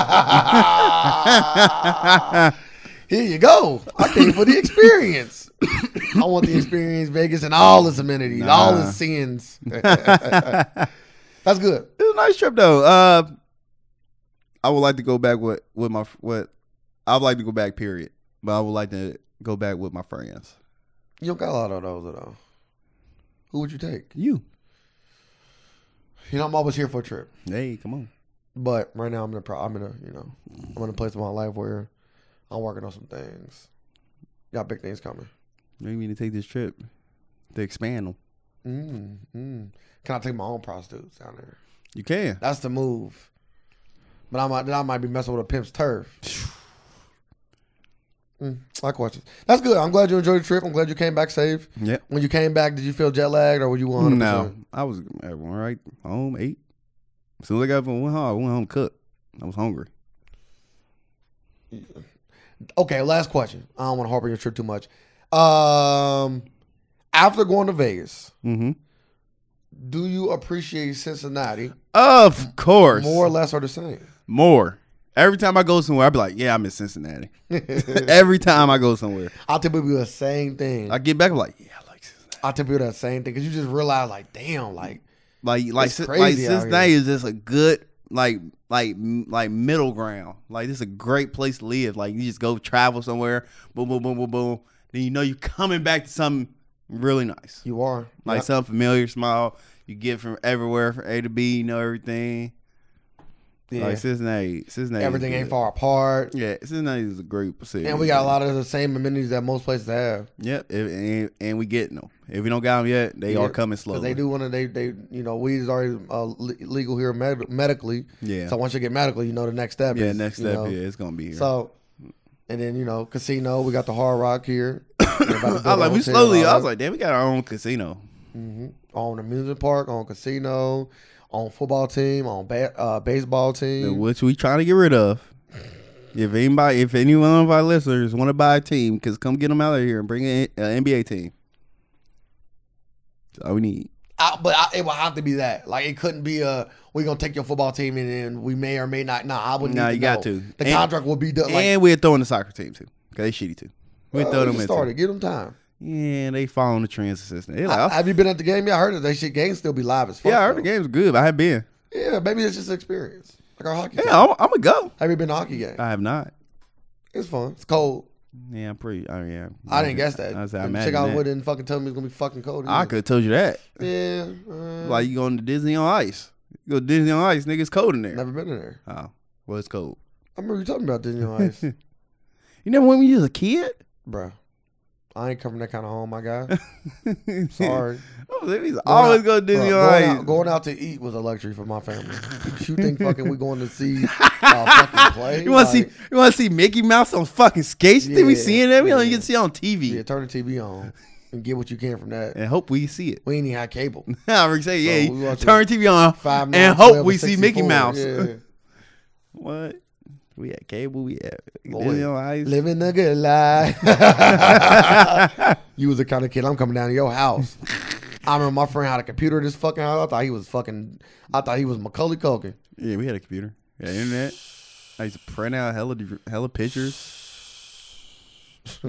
Here you go. I came for the experience. I want the experience, Vegas, and all its amenities, all
Nah.
its sins.
it
That's good.
was a nice trip though. Uh, I would like to go back with with my with. I would like to go back. Period. But I would like to go back with my friends.
You don't got a lot of those at all. Who would you take?
You.
You know, I'm always here for a trip.
Hey, come on.
But right now, I'm in a pro- I'm in a you know I'm in a place in my life where I'm working on some things. Got big things coming.
Maybe we need to take this trip to expand them.
Mm, mm. Can I take my own prostitutes down there?
You can.
That's the move. But I might, then I might be messing with a pimp's turf. Mm, my questions. That's good. I'm glad you enjoyed the trip. I'm glad you came back safe.
Yep.
When you came back, did you feel jet lagged or were you 100%?
No, I was everyone right home eight. As soon as I got up and went home, I went home cooked. I was hungry.
Okay, last question. I don't want to harp on your trip too much. Um, after going to Vegas,
Mm-hmm.
do you appreciate Cincinnati
Of course,
more
more.
or less or the same?
More. Every time I go somewhere, I be like, "Yeah, I'm in Cincinnati." Every time I go somewhere,
I tell people the same thing.
I get back. I'm like, "Yeah, I like Cincinnati."
I tell people that same thing because you just realize, like, damn, like,
Like, like,
It's
Cin-
crazy
like
out
Cincinnati is just a good, like, like, m- like middle ground. Like, this is a great place to live. Like, you just go travel somewhere. Boom, boom, boom, boom, boom. Then you know you're coming back to something really nice.
you are.
like something familiar, small. You get from everywhere from A to B. You know everything.
Yeah.
Like Cincinnati, Cincinnati. is
Everything ain't
good.
far apart.
Yeah, Cincinnati is a great city.
And we got a lot of the same amenities that most places have.
Yep, and, and, and we getting them. If we don't got them yet, they
Yeah,
are coming
'Cause
slowly.
They do want to, they, they, you know, weed is already uh, le- legal here med- medically.
Yeah.
So once you get medical, you know the next step.
yeah,
is,
next
you
step.
know,
Yeah, it's gonna be here.
So, and then you know, casino. We got the Hard Rock here. I
I was like, we slowly. I was
uh,
like, damn, we got our own casino.
on amusement park, on casino, on football team, on ba- uh, baseball team.
which we trying to get rid of. If anybody, if any one of our listeners want to buy a team, because come get them out of here and bring an NBA team. That's all we need.
I, but I, it would have to be that. Like it couldn't be a we gonna take your football team and then we may or may not. Nah, I would.
Nah,
need
you got
know.
to.
The
And-
contract will be done. Like
and we're throwing the soccer team too. Cause they shitty too. We
uh,
throw
you
them in.
started.
too.
Give them time.
Yeah, they following the trends assistant. They
I-
like, oh,
have you been at the game? Yeah, I heard that they shit games still be live as fuck.
yeah, I heard the
though.
game's good. But I have been.
Yeah, maybe it's just experience. Like our hockey.
Yeah, Uh,
team.
I'm, I'm gonna go.
Have you been to a hockey game?
I have not.
It's fun. It's cold.
Yeah, I'm pretty. I mean, yeah,
I didn't guess that.
I, said, I,
The
imagine
chick I was
that.
with didn't fucking tell me it's gonna be fucking cold.
I
either.
could have told you that.
Yeah. uh,
Like you going to Disney on Ice? You go to Disney on Ice, nigga. It's cold in there.
never been in there.
Oh, well, it's cold.
I remember you talking about Disney on Ice,
You never went when you was a kid?
bro. I I ain't coming to that kind of home, my guy. Sorry.
Oh, he's always
Going
go
out-
to Disney
bro,
on
going,
ice.
out, going out to eat was a luxury for my family. you think fucking we going to see uh, fucking play?
You want to see?
Like,
You want to see Mickey Mouse on fucking skates? Did we
Yeah,
seeing that? We don't
yeah.
even see it on TV.
Yeah, turn the TV on and get what you can from that.
And hope we see it.
We ain't even had cable.
I already say, yeah.
we watching
turn TV on
Five nine,
and hope
12,
we see Mickey
64.
Mouse.
Yeah.
What? We had cable. We had
Boy,
Disney on ice.
Living a good life. you was the kind of kid I'm coming down to your house. I remember my friend had a computer in this fucking house. I thought he was fucking. I thought he was Macaulay Culkin.
Yeah, we had a computer. Yeah, internet. I used to print out hella hella pictures.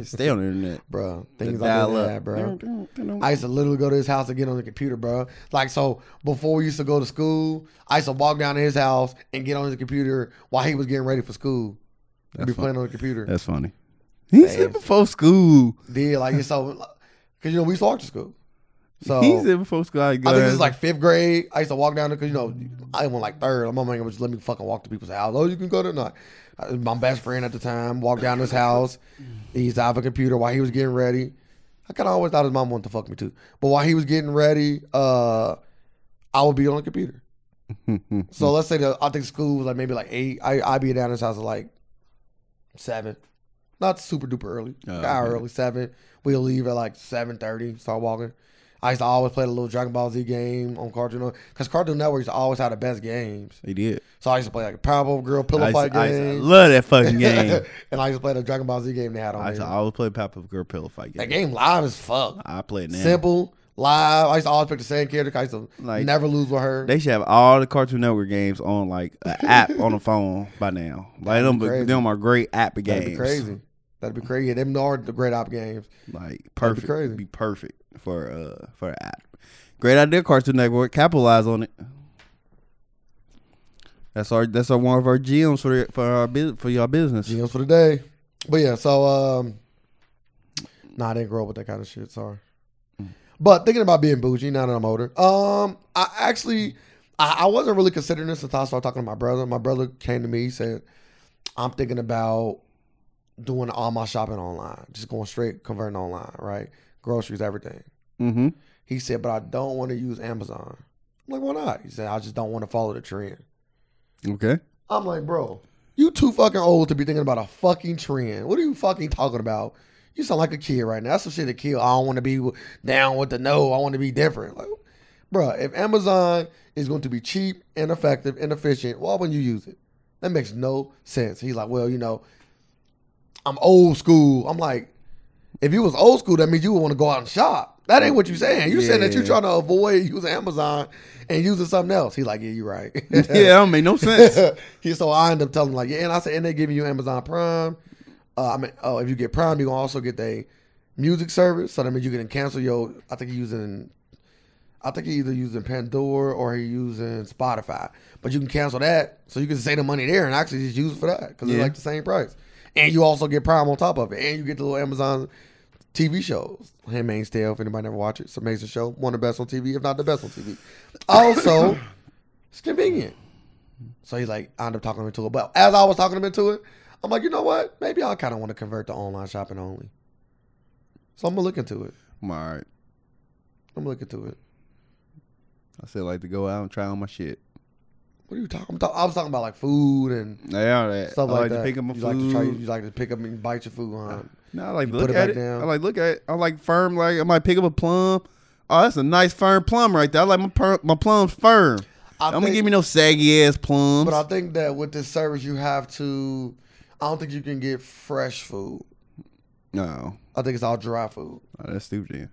Stay on the internet.
Bro, things like
Dial
that,
up,
bro. I used to literally go to his house to get on the computer, bro. Like so, before we used to go to school, I used to walk down to his house and get on his computer while he was getting ready for school. We'd be
That's
playing on the computer.
That's funny. He said before school.
Did like it's so, cause you know we used to walk to school. So
he said before school. I,
Oh. I think this is like fifth grade. I used to walk down there because you know I went like third. My mom ain't gonna just let me fucking walk to people's house. Oh, you can go to not. My best friend at the time walked down to his house. He used to have a computer while he was getting ready. I kind of always thought his mom wanted to fuck me too, but while he was getting ready, uh, I would be on the computer. so let's say that I think school was like maybe like eight. I I'd be down at his house at like seven, not super duper early.
Oh,
An hour
okay.
early seven. We leave at like seven thirty. Start walking. I used to always play the little Dragon Ball Z game on Cartoon Network because Cartoon Network used to always have the best games.
He did.
So I used to play like a Powerpuff Girl
I,
pillow
used
fight
to- I used to- I
game,
love that fucking game.
and I used to play the Dragon Ball Z game they had on.
I used to
there.
always Oh, play Pop Up Girl Pillow Fight
Oh, That
game.
game live as fuck.
I play it now.
Simple live. I used to always pick the same character. 'cause I used to
Like-
never lose with her.
They should have all the Cartoon Network games on like an app on the phone by now. Like them,
be crazy.
them are great app games.
That'd be crazy. That'd be crazy. Yeah, them are the great op games.
Like perfect,
crazy.
be perfect for uh for an app. Great idea, Cartoon Network. Capitalize on it. That's our that's our one of our GMs for for our bu- for your business.
GMs for the day. But yeah, so um Nah, I didn't grow up with that kind of shit, sorry. But thinking about being bougie now that I'm older, um, I actually I, I wasn't really considering this until I started talking to my brother. My brother came to me, he said, I'm thinking about doing all my shopping online, just going straight converting online, right? Groceries, everything.
Mm-hmm.
He said, but I don't want to use Amazon. I'm like, why not? He said, I just don't want to follow the trend.
Okay.
I'm like, bro, you too fucking old to be thinking about a fucking trend. What are you fucking talking about? You sound like a kid right now. That's some shit to kill. I don't want to be down with the no. I want to be different. Like, bro, if Amazon is going to be cheap and effective and efficient, why wouldn't you use it? That makes no sense. He's like, well, you know, I'm old school. I'm like, if you was old school, that means you would want to go out and shop. That ain't what you saying. You saying that you
Yeah.
trying to avoid using Amazon and using something else. He's like, yeah, you're right.
yeah, that don't make no sense.
he so I end up telling him like, yeah, and I said, and they giving you Amazon Prime. Uh, I mean, oh, if you get Prime, you gonna also get their music service. So that means you can cancel your. I think he using. I think he either using Pandora or he using Spotify, but you can cancel that, so you can save the money there and actually just use it for that because it's
Yeah.
like the same price. And you also get Prime on top of it, and you get the little Amazon TV shows. Handmaid's Tale, if anybody never watched it, it's an amazing show, one of the best on TV, if not the best on TV. Also, it's convenient. So he's like, I end up talking him into it. But as I was talking him into it, I'm like, you know what? Maybe I kind of want to convert to online shopping only. So I'm gonna look into it.
I'm all right.
I'm gonna look into it.
I still like to go out and try on my shit.
What are you talking? I'm talk- I was talking about like food and
Yeah, all that.
stuff
I
like,
like
that.
to Oh, pick up my
you
food.
like to try. You like to pick up and bite your food on.
No, I like
You
look
put it
at
back
it.
down.
I like look at. It. I like firm. Like I might pick up a plum. Oh, that's a nice firm plum right there. I like my per, my plums firm.
I
I'm gonna
think-
give me no saggy ass plums.
But I think that with this service, you have to. I don't think you can get fresh food.
no,
I think it's all dry food.
Oh, that's stupid. Then.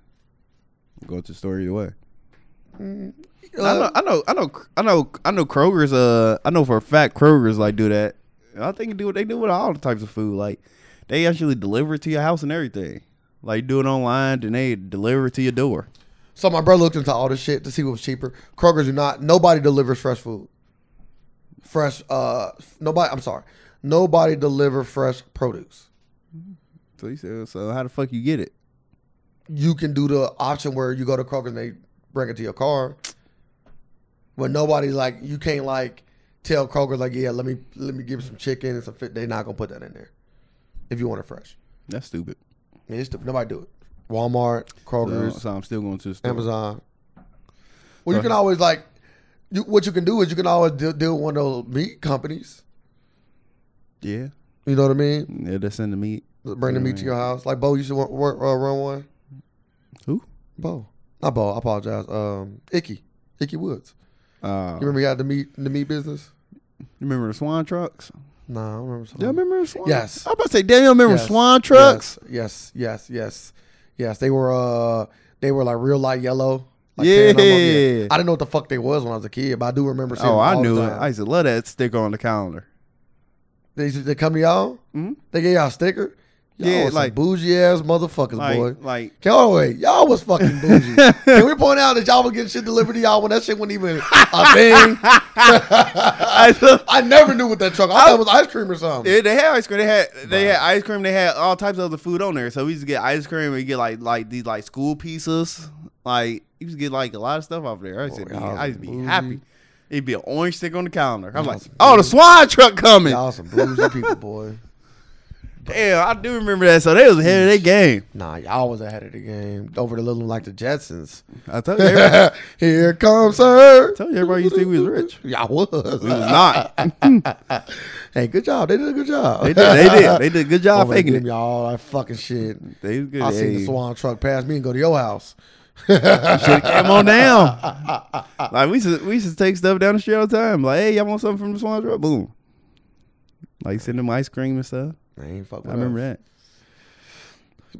Go to the store either way. Mm-hmm.
Uh,
I know, I know, I know, I know, I know. Kroger's, uh, I know for a fact Kroger's like do that. I think they do they do with all the types of food. Like they actually deliver it to your house and everything. Like do it online, then they deliver it to your door.
So my brother looked into all this shit to see what was cheaper. Kroger's do not. Nobody delivers fresh food. Fresh. Uh. Nobody. I'm sorry. Nobody deliver fresh produce.
So you said, so how the fuck you get it?
You can do the option where you go to Kroger's and they bring it to your car. But nobody like you can't like tell Kroger like yeah let me let me give you some chicken and some fit. They're not gonna put that in there if you want it fresh.
That's stupid.
I mean, it's stupid. Nobody do it. Walmart,
So,
Kroger's,
so I'm still going to the store.
Amazon. Well, you
Right.
can always like, you, what you can do is you can always deal, deal with one of those meat companies.
Yeah,
You know what I mean?
yeah, that's in the meat.
Bring the meat to your house. Like Bo used to work, work, uh, run one.
Who?
Bo, not Bo. I apologize. Um, Icky, Icky Woods.
Uh,
You remember he had the meat, the meat business?
You remember the swan trucks?
No, I don't remember. Something.
Y'all remember the swan?
Yes.
I'm about to say, damn, y'all remember
Yes,
swan trucks?
Yes, yes, yes, yes, yes. They were uh, they were like real light yellow. Like
Yeah.
tan almost, I didn't know what the fuck they was when I was a kid, but I do remember seeing.
Oh,
them
I
all
knew
the
it.
time.
I used to love that sticker on the calendar.
They, used to- they come to y'all.
Mhm.
They gave y'all a sticker. Y'all
Yeah,
was some
like-
bougie ass motherfuckers, boy.
Like, like,
Can, hold on, wait, y'all was fucking bougie. Can we point out that y'all was getting shit delivered to y'all when that shit wasn't even a thing?
I love-
I never knew what that truck. I thought it was ice cream or something.
Yeah, they had ice cream. They had they had ice cream. They had all types of other food on there. So we used to get ice cream. We get like like these like school pizzas. Like you used to get like a lot of stuff off there. I used to be,
y'all
I used to be
bougie.
happy. It'd be an orange stick on the calendar. I'm like,
some
oh, the swine truck coming.
Y'all some bougie people, boy.
Damn, I do remember that. So they was ahead of their game.
Nah, y'all was ahead of the game. Over the little like the Jetsons.
I told you, everybody,
Here comes her.
told you everybody used to think we was rich.
Y'all was.
We was not.
hey, good job. They did a good job.
They did. They did. They did a good job
Over
faking
them,
it.
y'all that fucking shit.
They was good.
Oh, I seen
Hey.
the Swan truck pass me and go to your house.
Should have came on down. like we should we used to take stuff down the street all the time. Like, hey, y'all want something from the Swan Drop? Boom. Like send them ice cream and stuff.
I ain't fuck with
I remember that.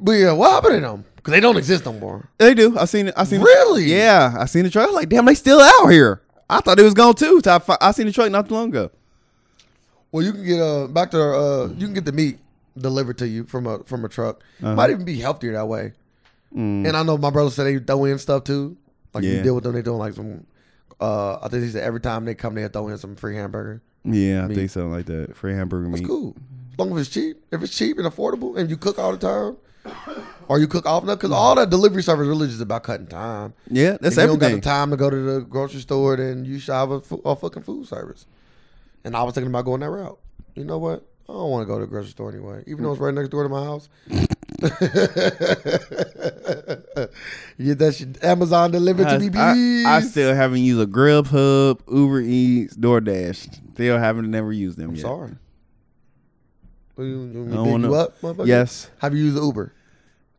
But yeah, what happened to them? Because they don't exist no more.
They do. I seen it. I seen
Really?
It. Yeah, I seen the truck. I was like, damn, they still out here. I thought it was gone too. So I, fi- I seen the truck not too long ago.
Well, you can get uh back to uh you can get the meat delivered to you from a from a truck. Might even be healthier that way. And I know my brother said they throw in stuff too. Like you
Yeah.
deal with them, they doing like some. Uh, I think he said every time they come, they throw in some free hamburger.
Yeah, I think something like that. Free hamburger meat.
Cool, as long as it's cheap. If it's cheap and affordable, and you cook all the time, or you cook often, because all that delivery service really just about cutting time.
Yeah, that's
if you don't
everything.
got the time to go to the grocery store, then you should have a, fu- a fucking food service. And I was thinking about going that route. You know what? I don't want to go to the grocery store anyway, even though it's right next door to my house. you get that shit Amazon delivered to me,
I,
please.
I still haven't used a Grubhub, Uber Eats, DoorDash. Still haven't never used them
am
yet.
sorry. You, you, you,
don't
big
wanna-
you up, motherfucker?
Yes,
Have you used the Uber?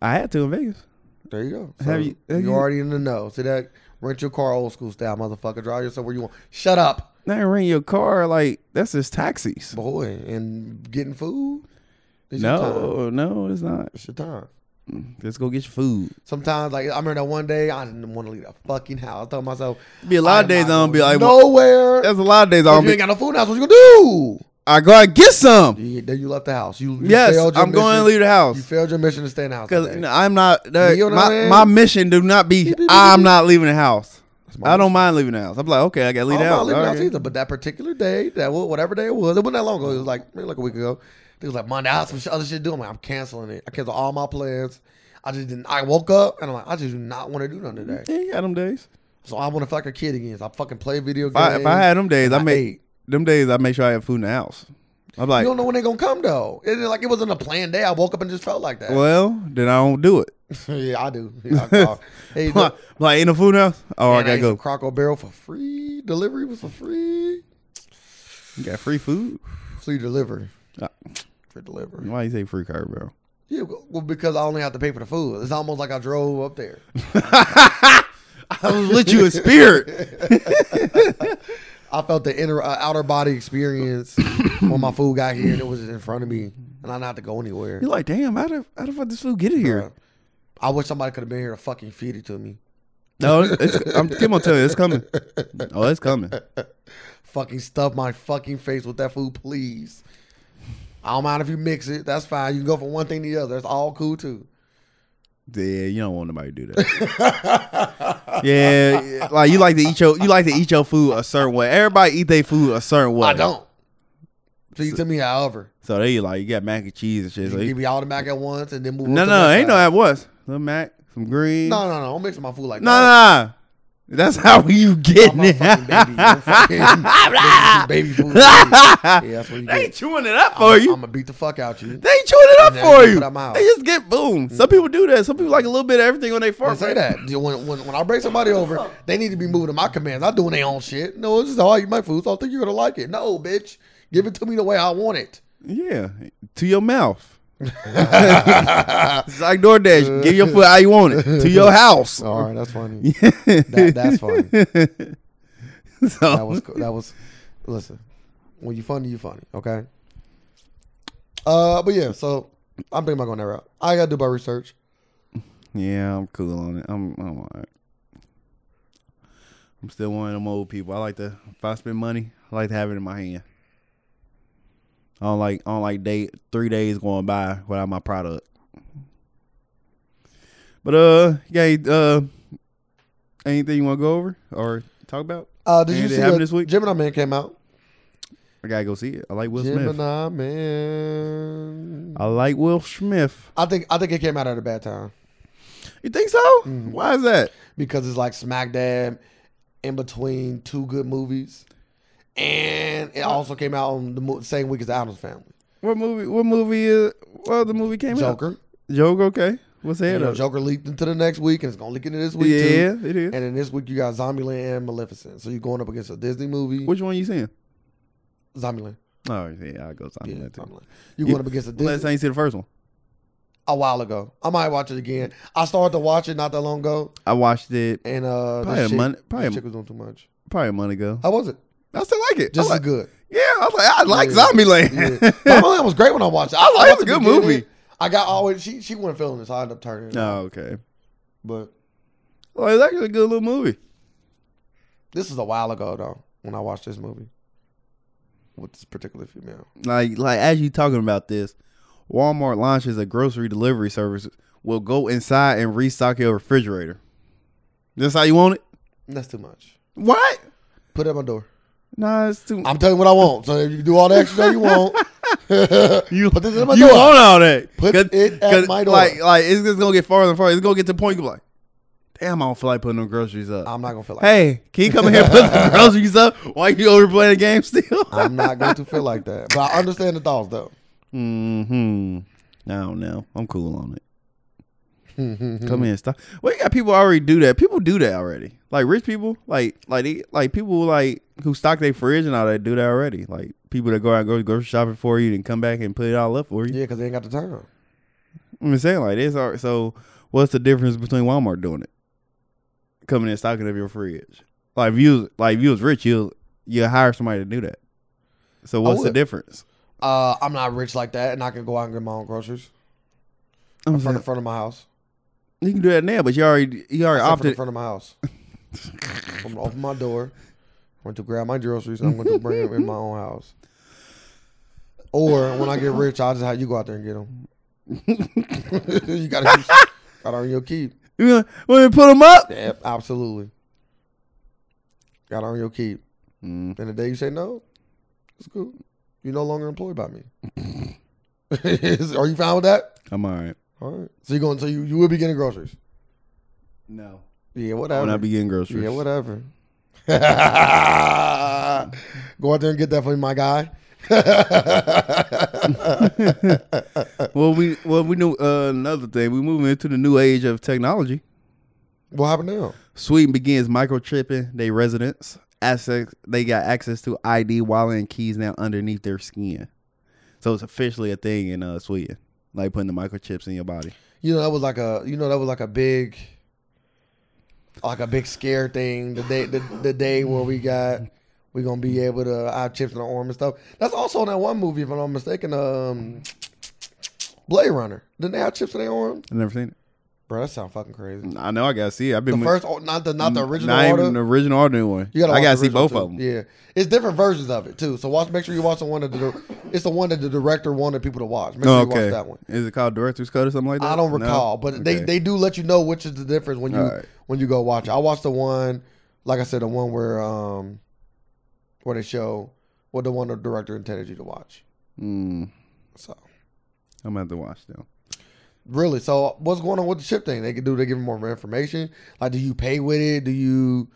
I had to in Vegas.
There you go.
Have you- have
you're
you-
already in the know. See that? Rent your car old school style, motherfucker. Drive yourself where you want. Shut up,
Not rent your car like that's just taxis.
boy, and getting food. It's your time.
No, no, it's not.
It's your time.
Let's go get your food.
Sometimes, like I remember that one day, I didn't want to leave the fucking house. I told myself,
Be a lot
am
of days I
not
don't be
going
like, well,
nowhere.
there's a lot of days I
If
don't
you ain't
be.
got no food now. so What you gonna
I go out and get
do?
some.
Yeah, then you left the house. You, you
Yes,
failed your
I'm going to
mission.
leave the
You
house
failed your mission to stay in the house.
because
today.
you know, I'm not. that-
You know what I
my
mean?
my mission do not be.
beep,
I'm not leaving the house.
my
I don't mind leaving the house. I'm like, okay, I got to
I
leave
don't
the
mind
house.
leaving the
All
house
right.
either. But that particular day, that wa- whatever day it was, it wasn't that long ago. It was like maybe like a week ago. It was like Monday. I had some sh- other shit to do. I'm like, I'm canceling it. I canceled all my plans. I just didn't. I woke up and I'm like, I just do not want to do nothing today.
Yeah, you got them days.
So I want to fuck a kid again. So I fucking play video
If I,
games.
if I had them days, I
I
make
ate.
them days. I make sure I have food in the house. I'm like,
you don't know when they're gonna come though. It, like it wasn't a planned day. I woke up and just felt like that.
well, then I don't do it.
yeah, I do. Yeah, I call. hey, look, man,
like, ain't no food now. Oh, I
I
gotta
ate some
go.
Croco Barrel for free. Delivery was for free.
You got free food?
Free delivery.
Uh,
Free delivery.
Why you say free car, bro?
Yeah, well, because I only have to pay for the food. It's almost like I drove up there.
I was with you in spirit.
I felt the inner uh, outer body experience when my food got here and it was in front of me, and I didn't have to go anywhere.
You're like, damn, how the how the fuck this food get in
Uh-huh.
here?
I wish somebody could have been here to fucking feed it to me.
No, it's, I'm Kim will tell you, it's coming. Oh, it's coming.
fucking stuff my fucking face with that food, please. I don't mind if you mix it. That's fine. You can go from one thing to the other. That's all cool too.
Yeah, you don't want nobody to do that. yeah, yeah, like you like to eat your you like to eat your food a certain way. Everybody eat their food a certain way.
I don't. Feed to me, however.
So they like you got mac and cheese and shit.
You
So
can
you,
give me all the mac at once and then move. on
no,
to
no,
the
ain't no
side.
that was little mac, some green.
No, no, no. Don't mix my food like
No,
that.
no, That's how you getting
I'm a
it.
fucking baby. I'm fucking baby food. Yeah, that's what you
they
get.
chewing it up for you.
I'm gonna beat the fuck out you.
They chewing it up
And then
for
you
you.
put 'em out.
They just get boom. Some people do that. Some people like a little bit of everything on their
I
farm.
Mm-hmm. say that when, when when I break somebody over, they need to be moving to my commands. Not doing their own shit. No, it's just how I eat my food. So I think you're gonna like it. No, bitch, give it to me the way I want it.
Yeah, to your mouth. it's like DoorDash. Give your food how you want it to your house.
All right, that's funny. Oh. that, that's funny.
So
That was cool. that was. Listen, when you funny, you funny. Okay. Uh, but yeah, so I'm thinking about going that route. I gotta do my research.
yeah, I'm cool on it. I'm I'm all right. I'm still one of them old people. I like to if I spend money, I like to have it in my hand. I don't like I don't like day three days going by without my product. But uh, yeah, uh, anything you want to go over or talk about?
Uh, did you
Anything
see
happened
that
this week?
Gemini Man came out?
I gotta go see it. I like Will Smith.
Gemini Man.
I like Will Smith.
I think I think it came out at a bad time
You think so?
Mm-hmm.
Why is that?
because it's like smack dab in between two good movies, and it also came out on the mo- same week as the Adams Family.
What movie? What movie is? Well, the movie came out.
Joker,
Joker. Okay. What's
you
ahead
know,
of? it?
Joker leaped into the next week, and it's gonna leak into this week too.
Yeah, it is.
And then this week you got Zombieland and Maleficent. So you're going up against a Disney movie.
Which one you seeing?
Zombieland.
Oh yeah, I go Zombie
Yeah,
yeah, too.
Zombieland. You're
Yeah.
going up against a
Unless I
Disney
ain't see the first one.
a while ago. I might watch it again. I started to watch it not that long ago.
I watched it
And uh
Probably a
this chick,
month- probably
this
a-
chick was doing too much.
probably a month ago.
How was it?
I still like it. I
Oh. Just
like,
as good.
Yeah, I was like, I like
Yeah.
Zombieland.
Yeah. Zombieland was great when I watched it. I
like
watched
it. It's a
the
good movie.
beginning. I got always she she wasn't feeling this. I ended up turning it. off.
oh, okay.
But
Well, it's actually a good little movie.
this is a while ago though when I watched this movie with this particular female.
Like, like as you talking about this, Walmart launches a grocery delivery service. Will go inside and restock your refrigerator. That's how you want it.
That's too much.
What?
Put it at my door.
Nah, it's too.
I'm telling you what I want. So if you do all the extra stuff you want,
You,
put this in my
you
door.
want all that?
Put it at my door.
Like, like it's just gonna get farther and farther. It's gonna get to the point you're like, damn, I don't feel like putting no groceries up.
I'm not gonna feel like.
hey, can you come in here and put some groceries up? Why you over playing the game still?
that. I'm not going to feel like that. But I understand the thoughts though.
hmm. I don't know. I'm cool on it. Come in, stop. Well, you got people already do that. People do that already. Like rich people, like like they, like people like who stock their fridge and all that do that already. Like people that go out and go grocery shopping for you and come back and put it all up for you.
Yeah, because they ain't got the time.
I'm just saying like this. Are, so, what's the difference between Walmart doing it, coming in stocking up your fridge? Like if you was- like if you was rich, you you hire somebody to do that. So what's the
would.
difference?
Uh, I'm not rich like that, and I can go out and get my own groceries
I'm
from
saying,
the front of my house.
you can do that now, but you already you already
Except for
opted.
the front of my house. I'm gonna open my door. I'm going to grab my groceries and I'm going to bring them in my own house. Or when I get rich, I'll just have you go out there and get them. you got to keep got on your keep.
You know, when you put them up,
Yep, absolutely. Got on your keep.
Mm.
And the day you say no, it's cool. You're no longer employed by me. Are you fine with that?
I'm all right.
All right. So you're going. So you, you will be getting groceries.
No,
Yeah,
I'm
whatever.
not be getting groceries.
yeah, whatever. Go out there and get that for me, my guy.
well, we well we knew uh, another thing. We moving into the new age of technology.
what happened now?
Sweden begins microchipping their residents. Access, they got access to ID, wallet, and keys now underneath their skin. So it's officially a thing in uh, Sweden, like putting the microchips in your body.
You know that was like a. You know that was like a big. Like a big scare thing. The day, the, the day where we got, we gonna be able to have chips in our arm and stuff. That's also in that one movie, if I'm not mistaken. Um, Blade Runner. Didn't they have chips in their arm?
I never seen
Bro, that sound fucking crazy.
it. I know I gotta see it. I've
The
been
first, or- not the not the original
Mm. not
order.
even the original or the new one.
You gotta
I
watch
gotta
the
see
original,
both
too.
of them.
Yeah, it's different versions of it too. So watch. Make sure you watch the one that the it's the one that the director wanted people to watch. Make sure
Oh,
you watch
okay.
that one.
Is it called director's cut or something like that?
I don't
No?
recall, but they,
Okay.
they do let you know which is the difference when you
Alright.
when you go watch. it. I watched the one, like I said, the one where um where they show what the one the director intended you to watch.
Mm,
So
I'm gonna have to watch them.
Really. So what's going on with the chip thing? They could do. They give them more information. Like, do you pay with it? Do you?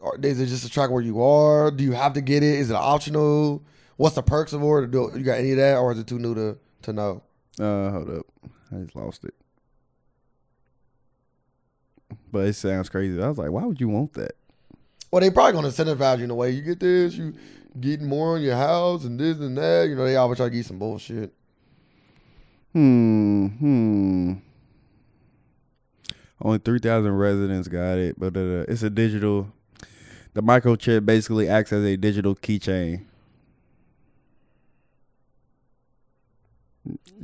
Or is it just to track where you are? Do you have to get it? Is it optional? What's the perks of it? Do you got any of that, or is it too new to to know?
Uh, hold up, I just lost it. But it sounds crazy. I was like, why would you want that?
Well, they probably gonna incentivize you in a way. You get this, you getting more on your house and this and that. You know, they always try to get you some bullshit.
Hmm. Hmm. Only three thousand residents got it, but uh, it's a digital. The microchip basically acts as a digital keychain.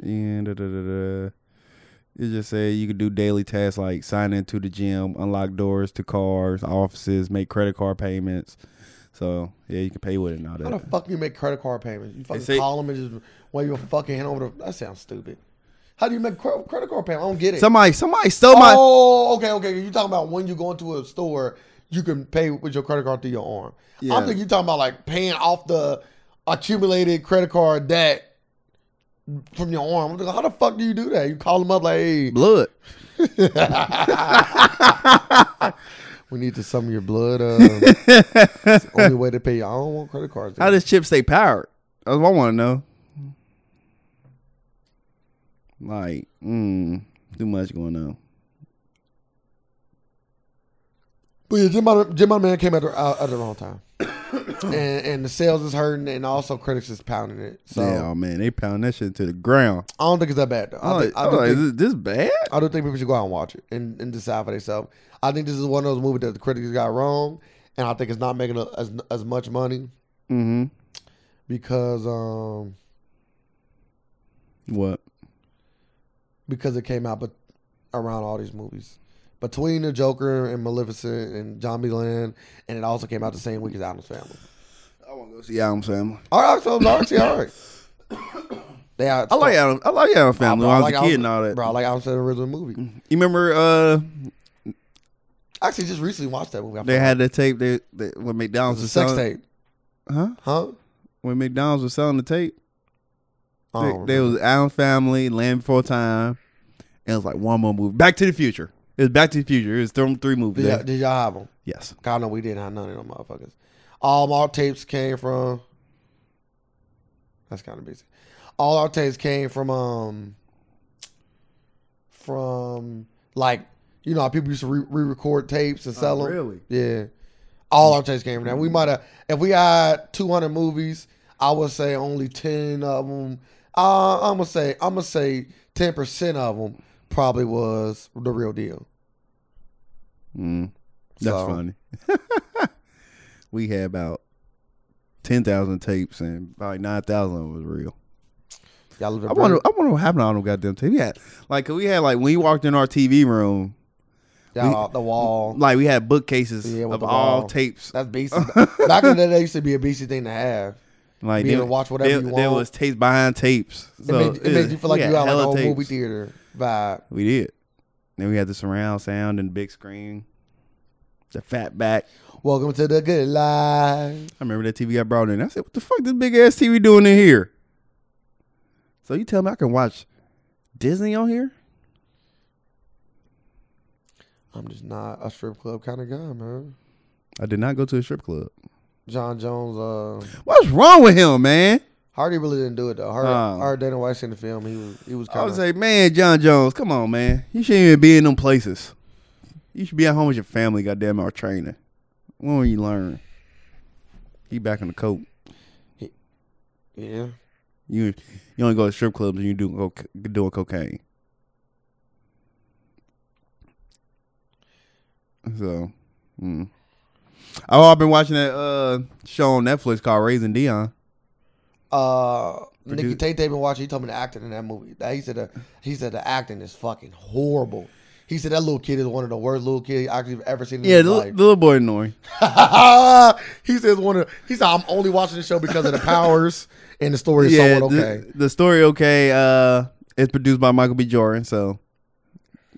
And da, da, da, da. it just said you could do daily tasks like sign into the gym, unlock doors to cars, offices, make credit card payments. So yeah, you can pay with it and all
How the
that.
fuck you make credit card payments? You fucking
say-
call them and just wave your fucking hand over the. That sounds stupid. How do you make cre- credit card payment? I don't get it.
Somebody, somebody stole my.
Oh, okay, okay. You talking about when you go into a store, you can pay with your credit card through your arm.
Yeah.
I'm thinking you talking about like paying off the accumulated credit card debt from your arm. I'm thinking, how the fuck do you do that? You call them up like, hey,
blood.
we need to sum your blood. Uh, it's the only way to pay. you. I don't want credit cards.
How does chip stay powered? That's what I want to know. Like, mm, too much going on.
But yeah, Jim, Butler- Jim Butler Man came at the, out at the wrong time, and, and the sales is hurting, and also critics is pounding it. So
yeah, oh man, they pound that shit to the ground.
I don't think it's that bad though.
I
I,
was
think,
like, I
I
was
do
like,
think,
is this bad?
I do think people should go out and watch it and, and decide for themselves. I think this is one of those movies that the critics got wrong, and I think it's not making a, as as much money
Mm-hmm.
because um
What?
because it came out but around all these movies. Between the Joker and Maleficent and Zombieland, and it also came out the same week as Adam's Family.
I want to go see Adam Sandler.
All right, so it's actually all right. They are,
I like Adam. I like Adam Family. when I was a kid and all that.
Bro, I like Adam Sandler original movie.
You remember uh,
I actually just recently watched that movie. I
they
forgot.
had the tape that, that when McDonald's
It's a
was
sex
selling,
tape,
huh?
huh?
When McDonald's was selling the tape,
I
they,
don't
they was Adam Family, Land Before Time, and it was like one more movie. Back to the Future. It was Back to the Future. It was them three movies.
Did, y'all, did y'all have them?
Yes.
God, no, we didn't have none of them motherfuckers. All our tapes came from. That's kind of busy. All our tapes came from um. From like you know how people used to re- re-record tapes and sell
Oh,
them.
really?
Yeah.
Mm.
All our tapes came from that. We might have if we had two hundred movies, I would say only ten of them. Uh, I'm gonna say I'm gonna say ten percent of them probably was the real deal.
Mm, that's
So-
funny. we had about ten thousand tapes, and probably nine thousand was real.
Y'all live in
I wonder. I wonder what happened to all them goddamn tapes. We had like we had like when you walked in our TV room,
y'all off the wall.
like we had bookcases
Yeah, with
of
the
all
wall.
tapes.
That's BC. Back in the day, that used to be a BC thing to have.
Like
be able to watch whatever
there,
you
There
want.
was tapes behind tapes.
It,
So
made, it made you feel like
we
you
had
out like
hella
a whole
tapes.
movie theater vibe.
We did. Then we had the surround sound and big screen, the fat back.
Welcome to the good life.
I remember that TV I brought in. I said, "What the fuck this big ass TV doing in here?" So you tell me I can watch Disney on here?
I'm just not a strip club kind of guy, man.
I did not go to a strip club.
John Jones, uh,
What's wrong with him, man?
Hardy really didn't do it though. Hardy,
Oh.
Hardy Dana White seen the film. He was he was
I
kind
would
of
say, man, John Jones, come on, man. You shouldn't even be in them places. You should be at home with your family, goddamn it, or training. When will you learn? He back on the coat.
yeah.
You you only go to strip clubs and you do coca- doing cocaine. So, mm. oh, I've been watching that uh, show on Netflix called Raising Dion.
Uh, Nikki
Produ-
Tate been watching. He told me the acting in that movie. That he said the, he said the acting is fucking horrible. He said that little kid is one of the worst little kids I've ever seen in
Yeah,
his
the,
life.
li- the little boy annoying.
he says one of he said I'm only watching the show because of the powers and the story is
yeah,
somewhat
the-
okay.
The, story okay. Uh, it's produced by Michael B. Jordan, so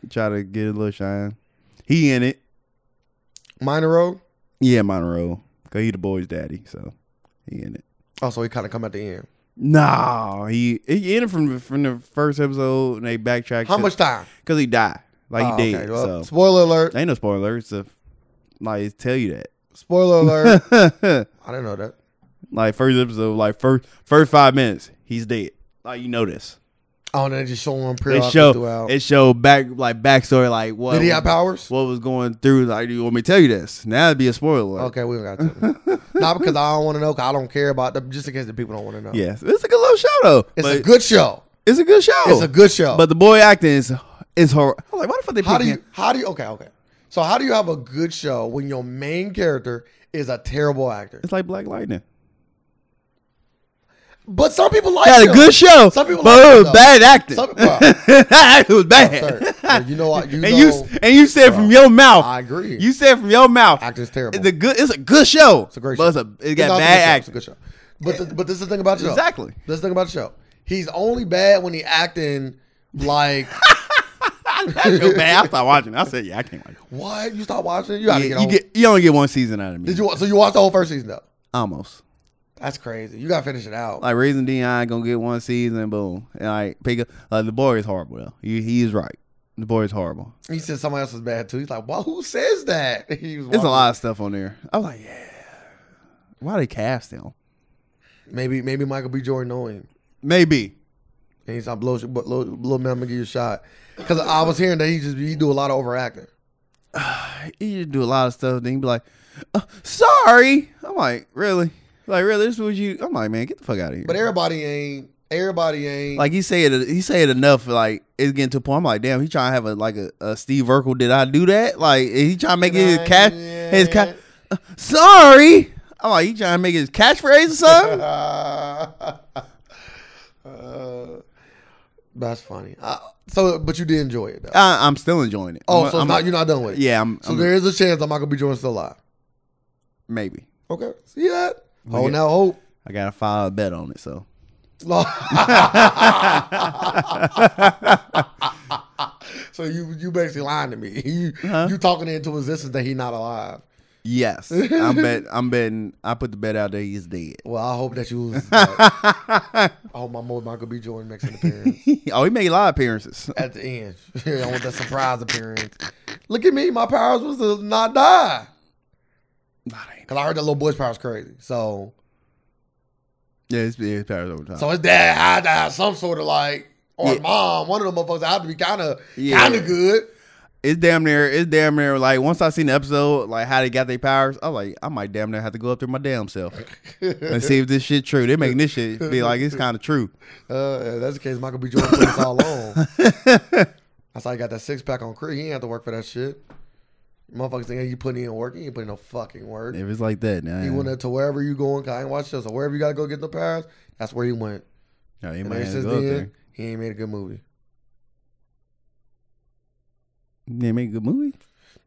try to get a little shine. He in it.
Minero.
Yeah, Monroe. Cause he the boy's daddy, so he in it.
Oh, so he kind of come at the end.
No, he he ended from from the first episode and they backtracked.
How much time?
Because he died, like
Oh,
he did.
okay, well,
so
Spoiler alert.
ain't no spoiler. It's a like it tell you
Spoiler alert.
that.
I didn't know that.
like first episode, like first first five minutes, he's dead. Like you know this.
Oh, and they just show him
It
periodically
show
throughout.
it show back like backstory, like what
Did he have powers?
what was going through. Like, do you want me to tell you this? Now it'd be a spoiler. alert.
Okay, we don't got to. Not because I don't want to know. 'cause I don't care about them. Just in case the people don't want to know.
Yes, it's a good little show though.
it's
But
a good show.
it's a good show.
It's a good show.
But the boy acting is is horrible. I'm like, why the fuck they
how
pick
do
him?
you? How do you? Okay, okay. So how do you have a good show when your main character is a terrible actor?
It's like Black Lightning.
But some people like
had a
him.
good show.
Some people
but
like
it
it,
was
though.
bad acting.
Some- bro.
it was
Sir,
bad.
sir, you know what? You
and
know,
you s- and you said from your mouth.
I agree.
You said from your mouth.
Acting's terrible.
It's a good. It's a good show. It's
a great
But
show.
it's a, it
It's
got
not a
bad
good show, It's a
acting.
good show. But the, but this is the thing about the show.
Exactly.
This is the thing about the show. He's only bad when he acting like
I feel bad. I stopped watching. it. I said, yeah, I can't like. it.
what? You stop watching? it? You gotta
Yeah,
get
you
on.
get. You only get one season out of me.
Did you? wa- So you watched the whole first season though?
Almost.
That's crazy. You gotta finish it out.
Like Raising Dion gonna get one season. Boom. And I pick up. Like the boy is horrible though. He, he is right. The boy is horrible.
he said somebody else was bad too. He's like, well, who says that? He was
There's a
watching.
lot of stuff on there. I'm like, yeah. Why they cast him?
Maybe maybe Michael B. Jordan know him.
Maybe.
And he's like, blow, blow, blow, blow man, I'm gonna give you a shot. Because I was hearing that he just he do a lot of overacting.
he just do a lot of stuff. Then he be like, uh, "Sorry." I'm like, "Really?" Like, really? This was you? I'm like, "Man, get the fuck out of here."
But everybody ain't everybody ain't
like he said, it, he said enough. Like it's getting to a point. I'm like, "Damn, he trying to have a like a, a Steve Urkel. Did I do that? Like he trying to make it his cash? His cash? Uh, sorry." I'm like, he trying to make his catchphrase or something.
Uh, that's funny. Uh, so, but you did enjoy it though.
I, I'm still enjoying it.
oh,
I'm,
so it's
I'm-
not you're not done with it.
yeah, I'm,
So
I'm-
there is a chance that Michael B. Jordan's still alive.
maybe.
Okay. See that?
We
Oh,
get-
now hope.
I gotta file a bet on it. So
so you you basically lying to me. You
Huh?
you talking into existence that he not alive.
yes, I'm bet. I'm betting. I put the bet out there. He's dead.
Well, I hope that you. lose that. I hope my boy Michael B. Jordan makes an appearance.
oh, he made a lot of appearances.
at the end. I want that surprise appearance. Look at me, my powers was to not die.
Nah, that ain't-
Cause I heard that little boy's powers crazy. So
Yeah, it's, yeah, it's Paris over time.
so his dad had to have some sort of like or his
Yeah.
mom, one of them motherfuckers had to be kinda
Yeah.
kinda good.
it's damn near, it's damn near like once I seen the episode, like how they got their powers, I'm like, I might damn near have to go up there my damn self and see if this shit true. They making this shit be like it's kind of true.
Uh if that's the case, Michael B. Jordan put us all on. That's how he got that six pack on Chris. He ain't have to work for that shit. Motherfuckers think you putting in work, you ain't putting no fucking work.
If it's like that,
He
now,
went up to wherever you going, 'cause I ain't watch shows. So wherever you gotta go get the powers, that's where he went.
yeah, you
And
might
ever
have to
since
go up
then,
there.
he ain't made a good movie.
They make a good movie.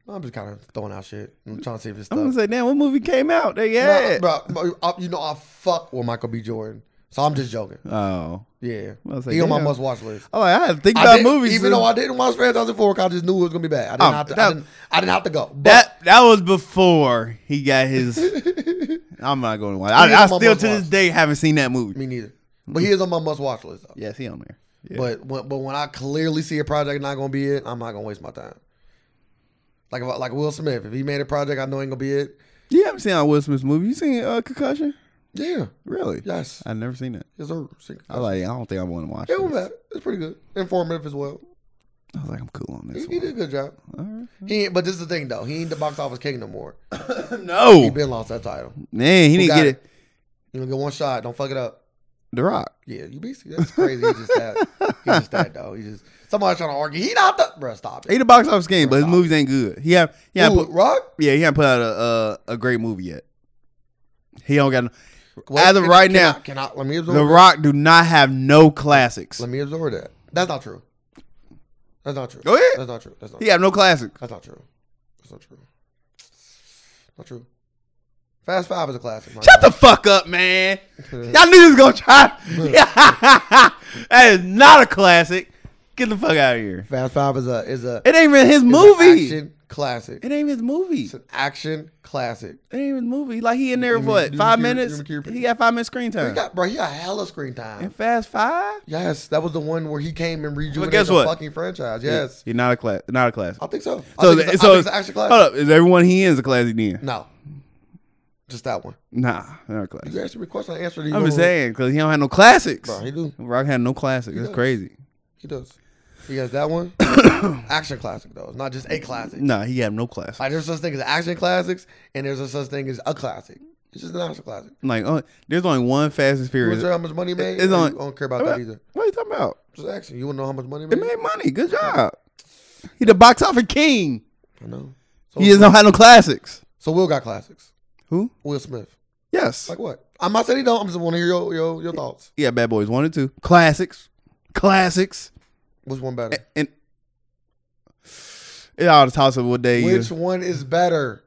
I'm just kind of throwing out shit. I'm trying to see if it's
I'm gonna
stuff.
say, damn, what movie came out? They yeah.
Nah, bro, bro, I- you know I fuck with Michael B. Jordan, so I'm just joking.
Oh,
Yeah,
I was like,
he on my
damn.
must watch list.
I'm like, I had to think
I
about
didn't-
movies.
even though I didn't watch Fantastic Four, 'cause I just knew it was gonna be bad. I didn't
Oh,
have to. I,
that-
didn't, I didn't have to go. But
that that was before he got his. I'm not going to watch. I,
He is
I
my
still
must
to this
watch.
day haven't seen that movie.
me neither. But he is on my must watch list. Though.
Yes, he on there. Yeah.
But when, but when I clearly see a project not gonna be it, I'm not gonna waste my time. Like if I- like Will Smith, if he made a project I know ain't gonna be it.
You haven't seen a Will Smith's movie. You seen uh, Concussion?
Yeah,
Really?
yes,
I've never seen it.
yes sir. It
I was like, I don't think I want to watch
don't
this.
matter. It's pretty good, informative as well.
I was like, I'm cool on
He,
this
he did a
one.
good job.
All
He ain't, but this is the thing though. He ain't the box office king no more.
right.
He
no,
been lost that title.
man, he
Who
didn't
got
get
it?
it.
You gonna get one shot. Don't fuck it up.
The Rock.
Yeah, you beast. That's crazy. He just that. He just that though. He just somebody trying to argue. He not the bro. Stop
He
it.
the box office game, but his movies ain't good. He have, he have
Who,
put,
Rock.
yeah, he haven't put out a, a a great movie yet. He don't got no,
Wait,
As of
can-
right
can
now,
I- can I- let me absorb.
The
that.
Rock do not have no classics.
Let me absorb that. That's not true. That's not true.
Go ahead.
That's not true. That's not.
He
True.
have no classic.
That's not true. That's not true. Not true. Fast Five is a classic. my
Shut
guy.
the fuck up, man. Y'all knew he was gonna try. that is not a classic. Get the fuck out of here.
Fast Five is a is a
It ain't even his
It's an
movie.
action classic.
It ain't his movie.
It's an action classic.
It ain't his movie. Like he in there
You mean-
what
you
five
mean- you
minutes?
mean-
He got five minutes screen
He
time.
got bro, he got hella screen time.
And Fast Five.
Yes, that was the one where he came and rejuvenated
guess
the
what?
fucking franchise. Yes,
You're not a class. Not a class.
I think so. Oh, I
So,
think it's, a-
so
I think it's an action classic.
hold up. Is everyone he is a classic then?
No, just that one.
Nah, not a classic.
You asked me a question, I answered it. You
I'm just
know-
saying because he don't have no classics.
Bro, he do.
Rock had no classics. That's
does.
crazy.
He does. He has that one. action classic though. It's not just a classic.
Nah, he have no classics.
Like there's such thing as action classics, and there's a such thing as a classic. It's just an action classic.
Like, oh, there's only one Fast and
You want
Furious.
to know how much money it made?
It's
Or
on-
you don't care about that either.
What are you talking about?
Just asking. You want to know how much money it
It
made?
made money. Good job. He the box office king.
I know. So,
He just don't have no classics.
so Will got classics.
Who?
Will Smith.
Yes.
Like what? I'm not saying he don't. I'm just want to hear your, your your thoughts.
Yeah, Bad Boys One and Two. Classics. Classics.
Which one better?
And it all toss up what day you
Which one is better?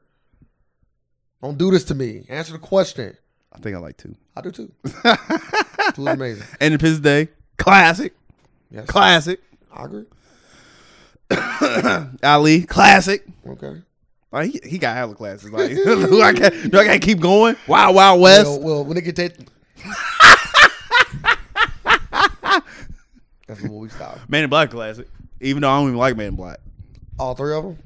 Don't do this to me. Answer the question.
I think I like two.
I do too. Two is amazing.
and the Piss Day. Classic.
Yes.
Classic.
I agree.
Ali. Classic.
Okay.
Like he, he got hella classes. Like do I got do I gotta keep going? Wild Wild West.
Well, well, when it get taken. That's what we stop.
Man in Black classic. Even though I don't even like Man in Black.
All three of them.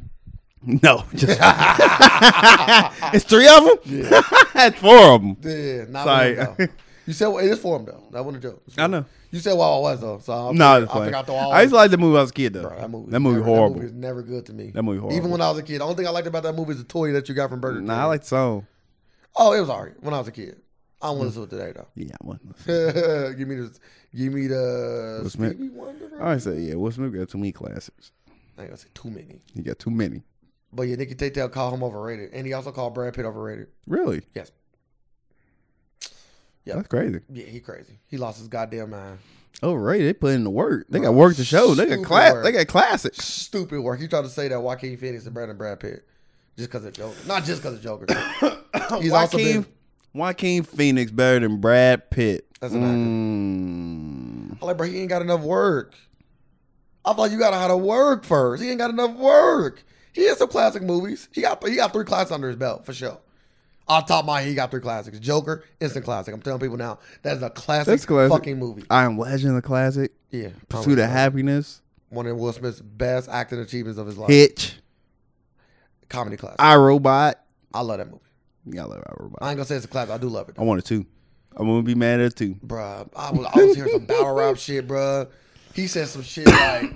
No, just it's three of them. it's four of them.
Yeah, not
Sorry.
one though. You said well, it is for him though. That wasn't a joke.
I know.
You said Wild Wild West though, so I
No,
forgot- I forgot the all.
I used to like the movie when I was a kid though.
Bro, that movie.
that movie
never,
horrible.
That movie was never good to me.
That movie horrible.
Even when I was a kid, the only thing I liked about that movie is the toy that you got from Burger King.
nah, I like the song.
Oh, it was alright when I was a kid. I don't want
Mm.
to do it today though.
Yeah, I want.
give me the, give me the
What's meant-
Stevie Wonder. bro?
I always say yeah. Will Smith got too many classics.
I ain't gonna say too many,
He got too many.
but yeah, Nikki Tate called him overrated, and he also called Brad Pitt overrated.
Really?
Yes. Yep.
That's crazy.
Yeah, he crazy. He lost his goddamn mind.
Oh, right. They put in the work. They
Bro,
got work to show. They got
stupid
class.
Uh, work.
They got classics.
Stupid work. He tried to say that Joaquin Phoenix and Brandon Brad Pitt just because of Joker, not just because of Joker. He's also
Joaquin,
been-
Joaquin Phoenix better than Brad Pitt.
That's an actor.
Mm.
I'm like, bro, he ain't got enough work. I'm like, you gotta how to work first. He ain't got enough work. He has some classic movies. He got he got three classics under his belt for sure. Off top of my head, he got three classics. Joker, instant classic. I'm telling people now, that's a classic,
That's classic.
fucking movie.
I am Legend, a classic.
Yeah,
Pursuit of
Probably
Happiness.
one of Will Smith's best acting achievements of his life.
Hitch.
Comedy classic. I,
I Robot.
love that movie.
Yeah, I love I Robot.
I ain't gonna say it's a classic. I do love it.
I wanted two. I'm gonna be mad at two.
Bruh, I was, I was hearing some battle rap shit, bruh. He said some shit like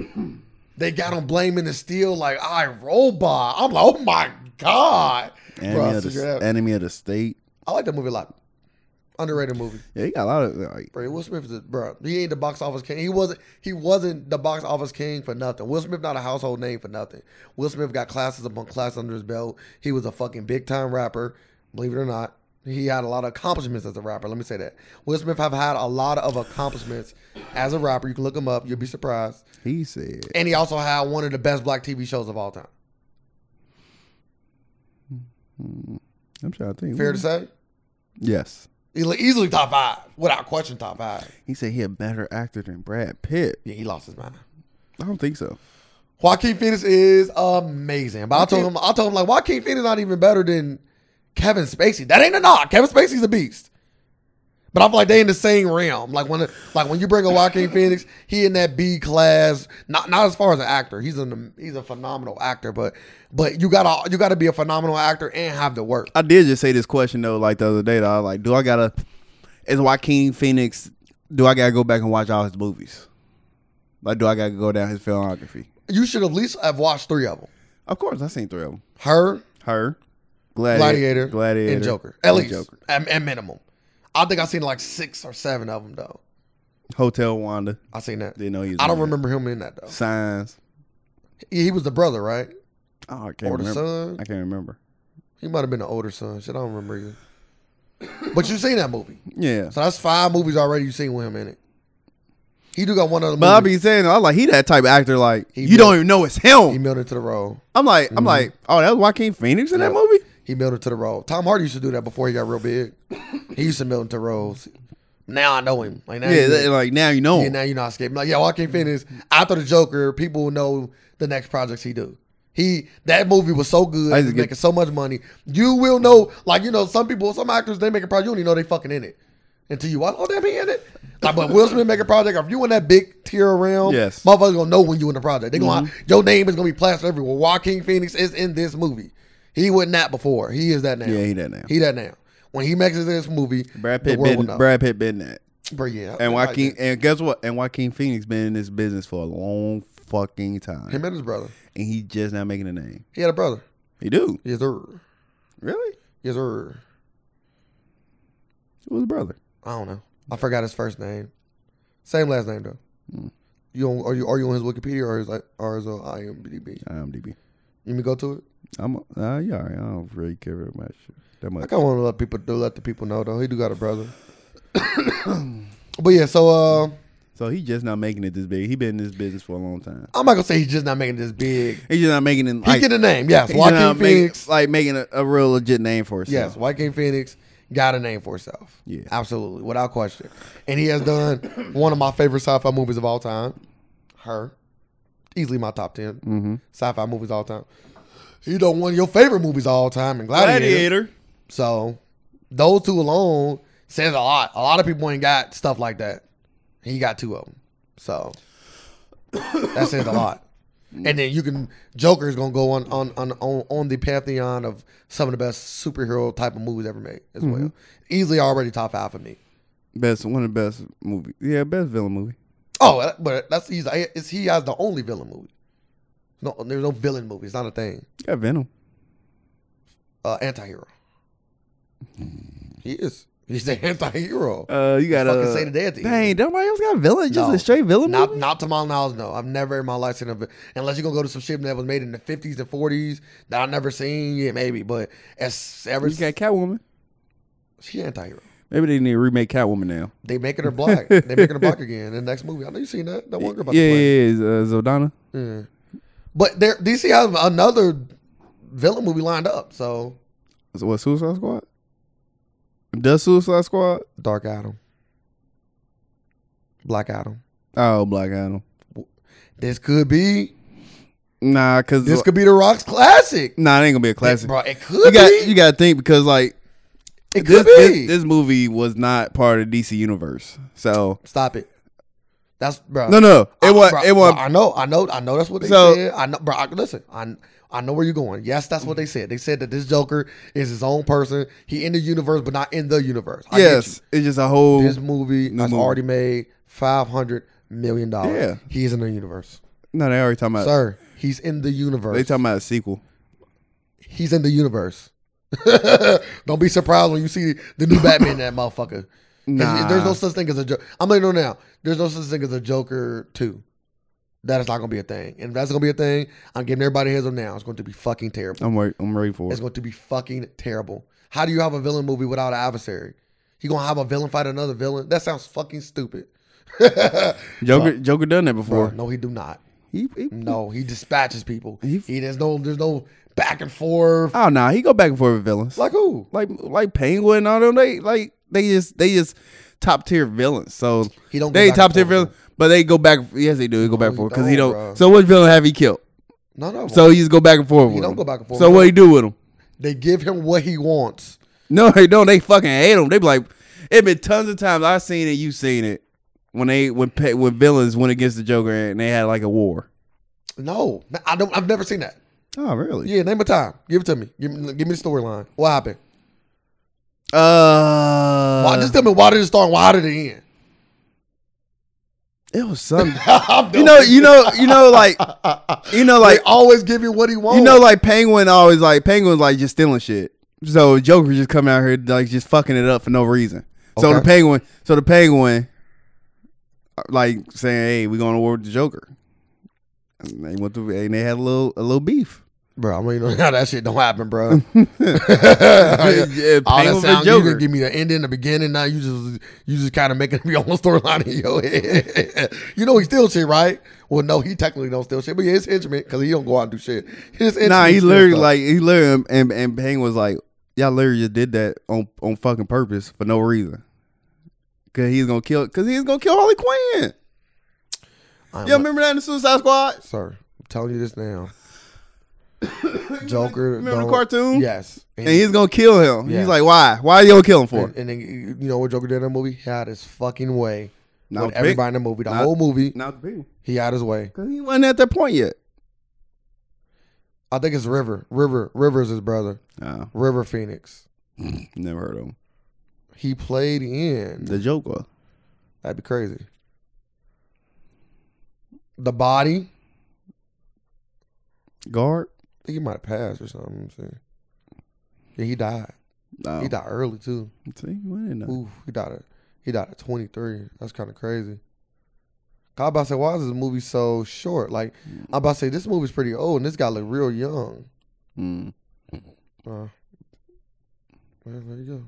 they got him blaming the steal, like I robot. I'm like, oh my god,
Enemy,
Bruh,
of,
so
the,
you're-
enemy of the state.
I like that movie a lot. Underrated movie,
Yeah, he got a lot of like.
bro. Will Smith is a, bro. He ain't the box office king. He wasn't. He wasn't the box office king for nothing. Will Smith not a household name for nothing. Will Smith got classes upon classes under his belt. He was a fucking big time rapper. Believe it or not, he had a lot of accomplishments as a rapper. Let me say that. Will Smith have had a lot of accomplishments as a rapper. You can look him up. You'll be surprised.
He said
And he also had one of the best black TV shows of all time.
I'm trying to think.
Fair to say,
Yes.
Easily- easily top five without question. Top five.
He said he a better actor than Brad Pitt.
Yeah, he lost his mind.
I don't think so.
Joaquin Phoenix is amazing. But I told him, I told him like Joaquin Phoenix not even better than Kevin Spacey. That ain't a knock. Kevin Spacey's a beast. But I feel like they in the same realm. Like when like when you bring a Joaquin Phoenix, he in that B class. Not not as far as an actor. He's an he's a phenomenal actor, but but you gotta you gotta be a phenomenal actor and have the work.
I did just say this question though, like the other day. Though, I was like, do I gotta? Is Joaquin Phoenix? Do I gotta go back and watch all his movies? Like, do I gotta go down his filmography?
You should at least have watched three of them.
Of course, I seen three of them.
Her,
Her, Gladiator,
Gladiator, Gladiator, and Joker. At
and
least
Joker.
At, at minimum. I think I've seen like six or seven of them though.
Hotel Wanda.
I seen that.
Didn't know he was.
I
in
don't
that.
remember him in that though.
Signs.
He, he was the brother, right?
Oh, I can't
Or the
remember.
son?
I can't remember.
He might have been the older son. Shit, I don't remember either. But you've seen that movie,
Yeah.
so that's five movies already you've seen with him in it. He do got one other
But I
movie.
be saying, I like he that type of actor. Like
He
you
built-
don't even know it's
He
him.
milled it to the role.
I'm like, I'm like, oh, that was Joaquin Phoenix in that
Yeah.
movie.
He milled it to the role. Tom Hardy used to do that before he got real big. He used to mill into roles. Now I know him. Like now,
yeah,
you-
that- like now you know.
yeah, now you're not escaping. Like, yeah, Joaquin Phoenix.
Mm-hmm.
After the Joker, people will know the next projects he do. He that movie was so good,
I
he's
just get-
making so much money. You will know, like you know, some people, some actors, they make a project, you don't even know they fucking in it until you watch. Oh, damn, he in it. Like, but Will Smith make a project. If you in that big tier realm,
Yes. Mm-hmm.
motherfuckers gonna know when you in the project. They gonna your name is gonna be plastered everywhere. Joaquin Phoenix is in this movie. He wasn't that before. He is that now.
Yeah, he that now.
He that now. When he makes it in this movie,
Brad
the
Pitt
world will
been
know.
Brad Pitt been that,
Bro, yeah,
and
like
Joaquin
that.
and guess what? And Joaquin Phoenix been in this business for a long fucking time,
him and his brother.
and he just not making a name.
He had a brother.
He do
Yes, sir.
really?
Yes, sir.
It was brother.
I don't know. I forgot his first name. Same last name though. You on, are you are you on his Wikipedia or his or his uh, IMDb?
IMDb.
You mean go to it?
I'm uh, yeah, all right. I don't really care very much that
I
much.
kind of want to let people to let the people know though. He do got a brother. but yeah, so uh,
So he just not making it this big. He been in this business for a long time.
I'm not gonna say he's just not making this big.
He just not making it.
He
Like,
get a name, yes.
he just
Joaquin
not making,
Phoenix,
like making a, a real legit name for himself.
yes. Joaquin Phoenix got a name for himself.
Yeah.
absolutely, without question. And he has done one of my favorite sci-fi movies of all time, Her, easily my top 10
Mm-hmm.
sci-fi movies all time. He done one of your favorite movies all time in Gladiator.
Gladiator.
So those two alone says a lot. A lot of people ain't got stuff like that. He got two of them. So that says a lot. And then you can Joker is gonna go on on, on on on the pantheon of some of the best superhero type of movies ever made as well. Easily already top five for me.
Best one of the best movie. Yeah, best villain movie.
Oh, but that's he's it's, he has the only villain movie. No, there's no villain movie. It's not a thing.
Got Venom.
uh, anti-hero. He is. He's an anti-hero.
Uh, you got to
fucking say the day at the
Dang,
end.
nobody else got villain. Just
No.
a straight villain
Not,
movie.
not to my knowledge, no. I've never in my life seen a vi- unless you're gonna go to some shit that was made in the fifties and forties that I've never seen. Yeah, maybe, but as ever,
You got Catwoman.
she anti-hero.
Maybe they need to remake Catwoman now.
They making her black. they making her black again in the next movie. I know you seen that. That one girl about
yeah,
to
yeah,
play.
yeah, is, uh, Zodana.
Yeah. But there, DC has another villain movie lined up. So
So what Suicide Squad? The Suicide Squad?
Dark Adam, Black Adam.
Oh, Black Adam.
This could be.
Nah, cause
This could be the Rock's classic.
nah, it ain't gonna be a classic.
Bro, it could
you got
be.
you got to think because like this,
it could
this
be.
this movie was not part of DC universe. So
Stop it. That's bro.
no, no, it was
Bro,
it
bro,
was
Uh, I know. I know. I know. That's what they
So-
said. I know, bro. I, listen, I I know where you're going. Yes, that's what they said. They said that this Joker is his own person. He in the universe, but not in the universe. I get
yes. It's just a whole
you. This movie
New
has
movie.
already made five hundred million dollars.
Yeah.
He is in the universe,
no. They already talking about
sir. He's in the
they
universe.
talking about a sequel.
He's in the universe. Don't be surprised when you see the new Batman, in that motherfucker. 'Cause
Nah.
There's no such thing as a joke. I'm letting you know now. There's no such thing as a Joker 2. That is not going to be a thing. And if that's going to be a thing, I'm giving everybody a heads up now. It's going to be fucking terrible.
I'm wait, I'm ready for
It's
it.
going to be fucking terrible. How do you have a villain movie without an adversary? He going to have a villain fight another villain? That sounds fucking stupid.
Joker Joker done that before.
no, he do not.
He, he,
No, he dispatches people.
He-
He, there's no there's no back and forth.
oh no, he go back and forth with villains like
Like who?
like like Penguin and all them. They like they just they just top tier villains. So
He don't go
they
back
top
and
tier
forth with
villains, but they go back. Yes, they do. They go back
he
and forth because he
don't,
don't.
bro.
So what villain have he killed?
No, no.
So he just go back and forth. with
don't
him.
go back and forth
So
with
what he do with him?
They give him what he wants.
No, they don't. They fucking hate him. They be like, it been tons of times I seen it, you seen it. When they when pe- when villains went against the Joker and they had like a war.
No, I don't. I've never seen that.
Oh really?
Yeah, name a time. Give it to me. Give, me- give me the storyline. What happened?
Uh,
Why, just tell me why did it start? and Why did it end?
it was something.
I'm
you
done.
know, you know, you know, like, you know,
They
like,
always give you what he wants.
you know, like Penguin always like Penguin's like just stealing shit. So Joker just coming out here like just fucking it up for no reason. So
Okay.
the Penguin, so the Penguin, uh, like saying, "Hey, we going to war with the Joker." And they went through, and they had a little a little beef.
bro. I mean, you know how that shit don't happen, bro.
yeah,
All
Penguin
that
for
sound you
Joker.
didn't give me the ending, the beginning. Now you just you just kind of making up your own storyline in your head. you know he steals shit, right? Well, no, he technically don't steal shit, but yeah, it's instrument because he don't go out and do shit. His
Nah,
instrument
he
steal
literally
stuff.
like he literally um, and and Bang was like, y'all literally just did that on on fucking purpose for no reason. Cause he's gonna kill. Cause he's gonna kill Harley Quinn.
I'm
Yeah, remember that in the Suicide Squad?
sir, I'm telling you this now. Joker.
Remember the
don't-
cartoon?
Yes.
And he's gonna kill him.
Yeah.
He's like, why? Why you gonna kill him for?
and, and then you you know what Joker did in that movie? He had his fucking way
Not
with
the big,
everybody in the movie. The
not-
whole movie,
not the big,
he had his way.
cause he wasn't at that point yet.
I think it's River. River. River's his brother.
Oh,
River Phoenix.
never heard of him.
He played in.
The Joker.
That'd be crazy. The body.
Guard.
I think he might have passed or something. I'm saying. Yeah, he died.
No.
He died early too.
See, we didn't know.
Ooh, he died at he died at 23. That's kind of crazy. God, I'm about to say, why is this movie so short? Like, I'm about to say this movie's pretty old, and this guy look real young.
Mm.
Uh, well, there you go.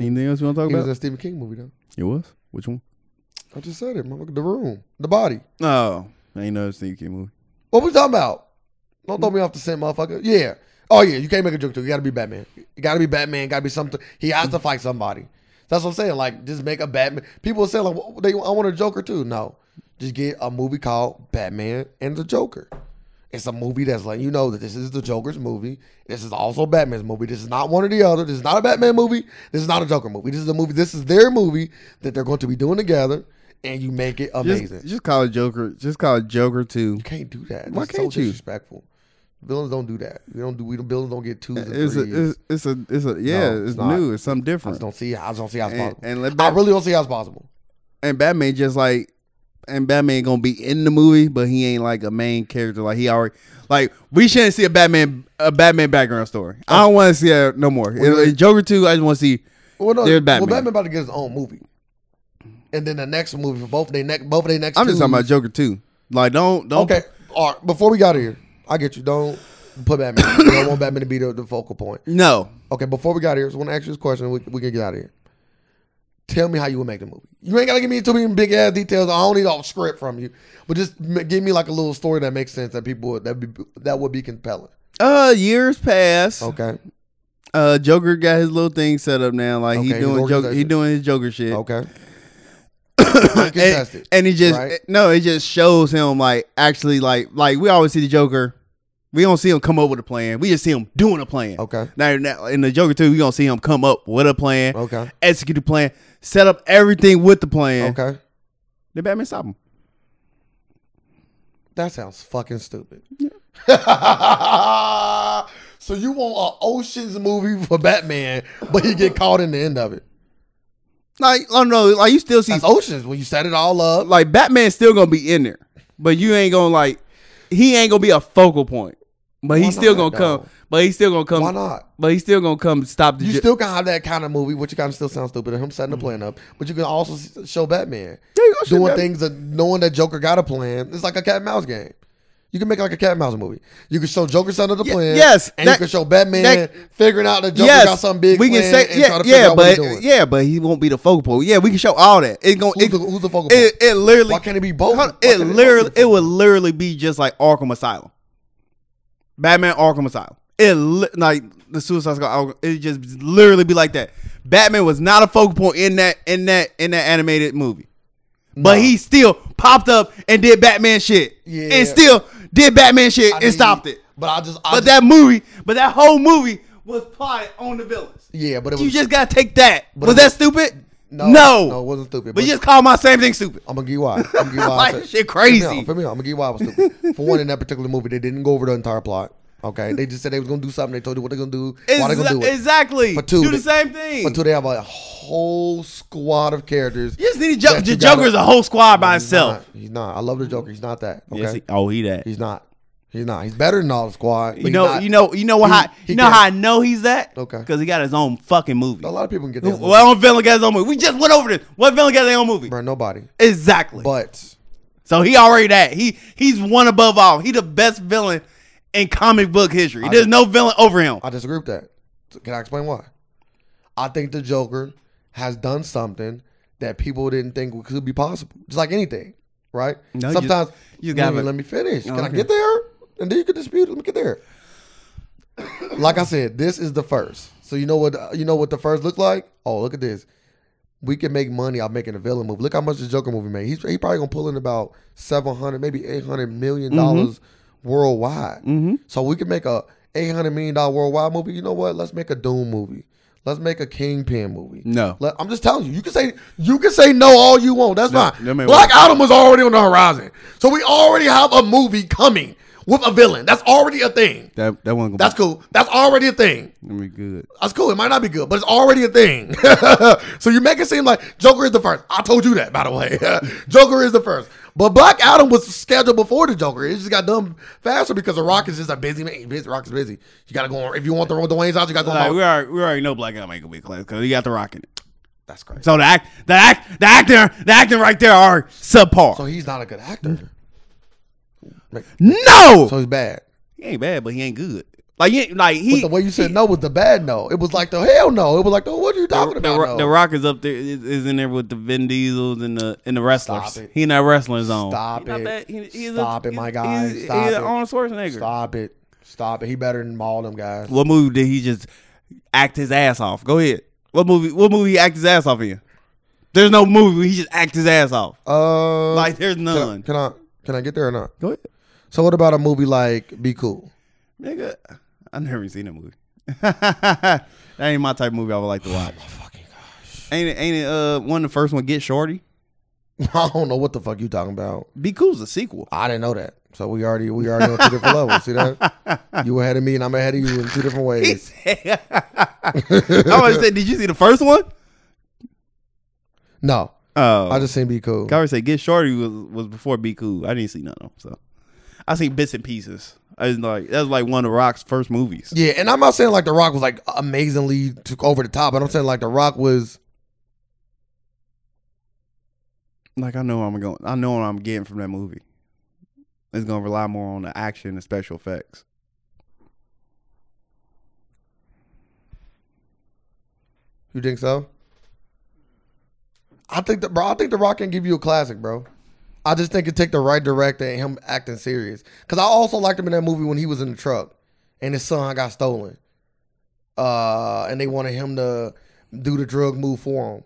Anything else you want to talk
He was
about?
in a Stephen King movie though.
it was. Which one?
I just said it. Motherfucker, the room, the body.
No, I ain't know Steve King movie.
What we talking about? Don't throw me off the scent, motherfucker. Yeah. Oh yeah, you can't make a joke too. You got to be Batman. You got to be Batman. Got to be something. He has to fight somebody. That's what I'm saying. Like, just make a Batman. People say like, "Well, they, I want a Joker too. No, just get a movie called Batman and the Joker. It's a movie that's letting you know that this is the Joker's movie. This is also Batman's movie. This is not one or the other. This is not a Batman movie. This is not a Joker movie. This is a movie. This is their movie that they're going to be doing together, and you make it amazing.
Just, just call it Joker. Just call it Joker Two.
You can't do that.
Why
That's
can't
so
you?
Disrespectful. Villains don't do that. We don't do. We don't. Villains don't get twos and
It's
threes.
a, it's, it's a, it's a, yeah,
No,
it's,
it's not.
new. It's something
I just
different.
don't see. I just don't see how it's
And,
possible.
and, let
I
Bat-
really don't see how it's possible.
and Batman just like, and Batman gonna be in the movie, but he ain't like a main character. Like he already, like we shouldn't see a Batman, a Batman background story. I don't want to see that no more.
Well,
It- Joker Two, I just want to see.
Well, no,
They're
well,
Batman.
Batman about to get his own movie, and then the next movie for both of they next both of they next.
I'm just talking
twos-
about Joker Two. Like don't, don't.
Okay, all right. Before we got here, I get you. Don't put Batman. you don't want Batman to be the, the focal point.
No,
Okay, before we got here, I just want to ask you this question. We, we can get out of here. Tell me how you would make the movie. You ain't gotta give me too many big ass details. I don't need all script from you, but just m- give me like a little story that makes sense that people would, that be that would be compelling.
uh, years pass.
Okay,
Uh, Joker got his little thing set up now. Like
Okay,
he
his
doing Joker, he
organization.
doing his Joker shit.
okay.
and,
Uncontested.
and it just
right?
no, it just shows him like actually like like we always see the Joker. We don't see him come up with a plan. We just see him doing a plan.
Okay.
Now now in the Joker too, we gonna see him come up with a plan,
Okay.
execute the plan, set up everything with the plan.
Okay.
Then Batman stop him.
That sounds fucking stupid. so you want a oceans movie for Batman, but he get caught in the end of it.
Like I don't know, like you still see
That's oceans when you set it all up.
like Batman's still gonna be in there, but you ain't gonna like he ain't gonna be a focal point. But
Why
he's still
not,
gonna come.
though?
But he's still gonna come.
Why not?
But he's still gonna come stop the.
You
Jo-
still can have that kind of movie, which kind of still sounds stupid. Him setting the plan up, but you can also s- show Batman
Mm. Yeah, you gonna show
doing
Batman.
things that knowing that Joker got a plan. It's like a cat and mouse game. You can make like a cat and mouse movie. You can show Joker setting up the
Ye-
plan.
yes,
and
that-
you can show Batman
that-
figuring out that Joker got some big.
we can
plan
say
and try
yeah,
to figure
yeah,
out what he
but
doing.
yeah, but he won't be the focal point. Yeah, we can show all that. It going
Who's
it,
the- who's the focal
It, it literally
Why can't it be both?
Hold on,
Why
It
can't it both be
literally
the
it would literally be just like Arkham Asylum, Batman Arkham Asylum. It li- like the Suicide Squad. It just literally be like that. Batman was not a focal point in that in that in that animated movie, but
No.
he still popped up and did Batman shit.
Yeah.
and still did Batman shit
I
and
mean,
stopped it.
But I just, I
But
just-
that movie, but that whole movie was plotted on the villains.
yeah, but it was
You just gotta take that.
But
was
it
that
was-
stupid?
no, no, it wasn't stupid.
But, you just call my same thing stupid.
I'm gonna give you why. I'm gonna give you why. I
Like,
said-
shit
Hear me
crazy.
out, hear me out. I'm gonna give you why I was stupid. For one, in that particular movie, they didn't go over the entire plot. Okay, they just said they was gonna do something. They told you what they're gonna do, why they
Exa-
gonna do it.
Exactly.
For two,
do the
they-
same thing.
Until they have a whole squad of characters.
you just need to joke.
that
The
you
Joker
gotta-
is a whole squad by
He's not.
himself.
He's not. I love the Joker. He's not that. Okay,
Yes, he- oh, he that.
he's not. He's not. He's better than all the squad. but
you
he's
know,
not.
you know, you know what?
He-
how,
he
you know
can't-
how I know he's that?
Okay.
because he got his own fucking movie.
A lot of people can get that.
Well, what villain got his own movie? We just went over this. What villain got their own movie?
Bro, nobody.
Exactly.
But
so he already that. He he's one above all. He the best villain in comic book history. There's no villain over him.
I disagree with that. So Can I explain why? I think the Joker has done something that people didn't think could be possible. Just like anything, right?
No, you-
Sometimes
you
Wait,
gotta- Oh,
let me finish. Can I
okay.
get there? And then you can dispute. Let me get there. Like I said, this is the first. So you know what you know what the first looked like? Oh, look at this. we can make money off making a villain movie. Look how much the Joker movie made. He's he probably gonna pull in about seven hundred, maybe eight hundred million dollars worldwide.
Mm-hmm.
So we can make a eight hundred million dollar worldwide movie. You know what? Let's make a Doom movie. Let's make a Kingpin movie.
No.
Let- I'm just telling you. You can say you can say no all you want. That's
No,
fine.
no, man,
Black Adam was already on the horizon, so we already have a movie coming with a villain. That's already a thing.
That that wasn't gonna
That's cool. That's already a thing.
be, gonna be good.
That's cool. It might not be good, but it's already a thing. so you make it seem like Joker is the first. I told you that, by the way. Joker is the first. But Black Adam was scheduled before the Joker. It just got done faster because the Rock is just a busy man. Busy Rock is busy. You gotta go on. If you want the the Wayne's out, you gotta go
Like,
on.
we already we already know Black Adam ain't gonna be a class because he got the rock in it.
That's crazy.
So the act the act the acting the acting right there are subpar.
So he's not a good
Mm-hmm.
actor.
no,
So he's bad.
he ain't bad, but he ain't good. Like he ain't- like he
The way you said no was the bad no. It was like the hell no. It was like the what are you talking
the,
about?
Rock- the
no?
Rock is up there, is, is in there with the Vin Diesels and the and the wrestlers.
Stop it.
He in that wrestling zone.
Stop
He not
it.
that- he- he's a-
Stop it,
he's-
my guy.
He's,
Stop
he's
it.
Arnold Schwarzenegger.
Stop it. Stop it. He better than all them guys.
What movie did he just act his ass off? Go ahead. What movie? What movie he act his ass off in? There's no movie where he just act his ass off.
Uh,
Like there's
can I-
none.
Can I can I get there or not?
Go ahead,
So what about a movie like Be Cool?
nigga. I never even seen that movie. that ain't Oh, my type of movie I would like to watch.
Fucking
Ain't it? Ain't it? Uh, one of the first one, Get Shorty.
I don't know what the fuck you talking about.
Be Cool's a sequel.
I didn't know that. So we already we already on two different levels. See that? You ahead of me and I'm ahead of you in two different
He
ways.
said- I was say, did you see the first one?
No,
Oh,
I just seen Be Cool.
I already said Get Shorty was was before Be Cool. I didn't see none of them, so I seen bits and pieces. I was like, that was like one of Rock's first movies.
Yeah, and I'm not saying like The Rock was like amazingly took over the top, but I'm saying like The Rock was
Like I know what I'm going, I know what I'm getting from that movie. It's gonna rely more on the action and special effects.
You think so? I think the bro. I think the Rock can give you a classic, bro. I just think it take the right director and him acting serious. Cause I also liked him in that movie when he was in the truck and his son got stolen, uh, and they wanted him to do the drug move for him,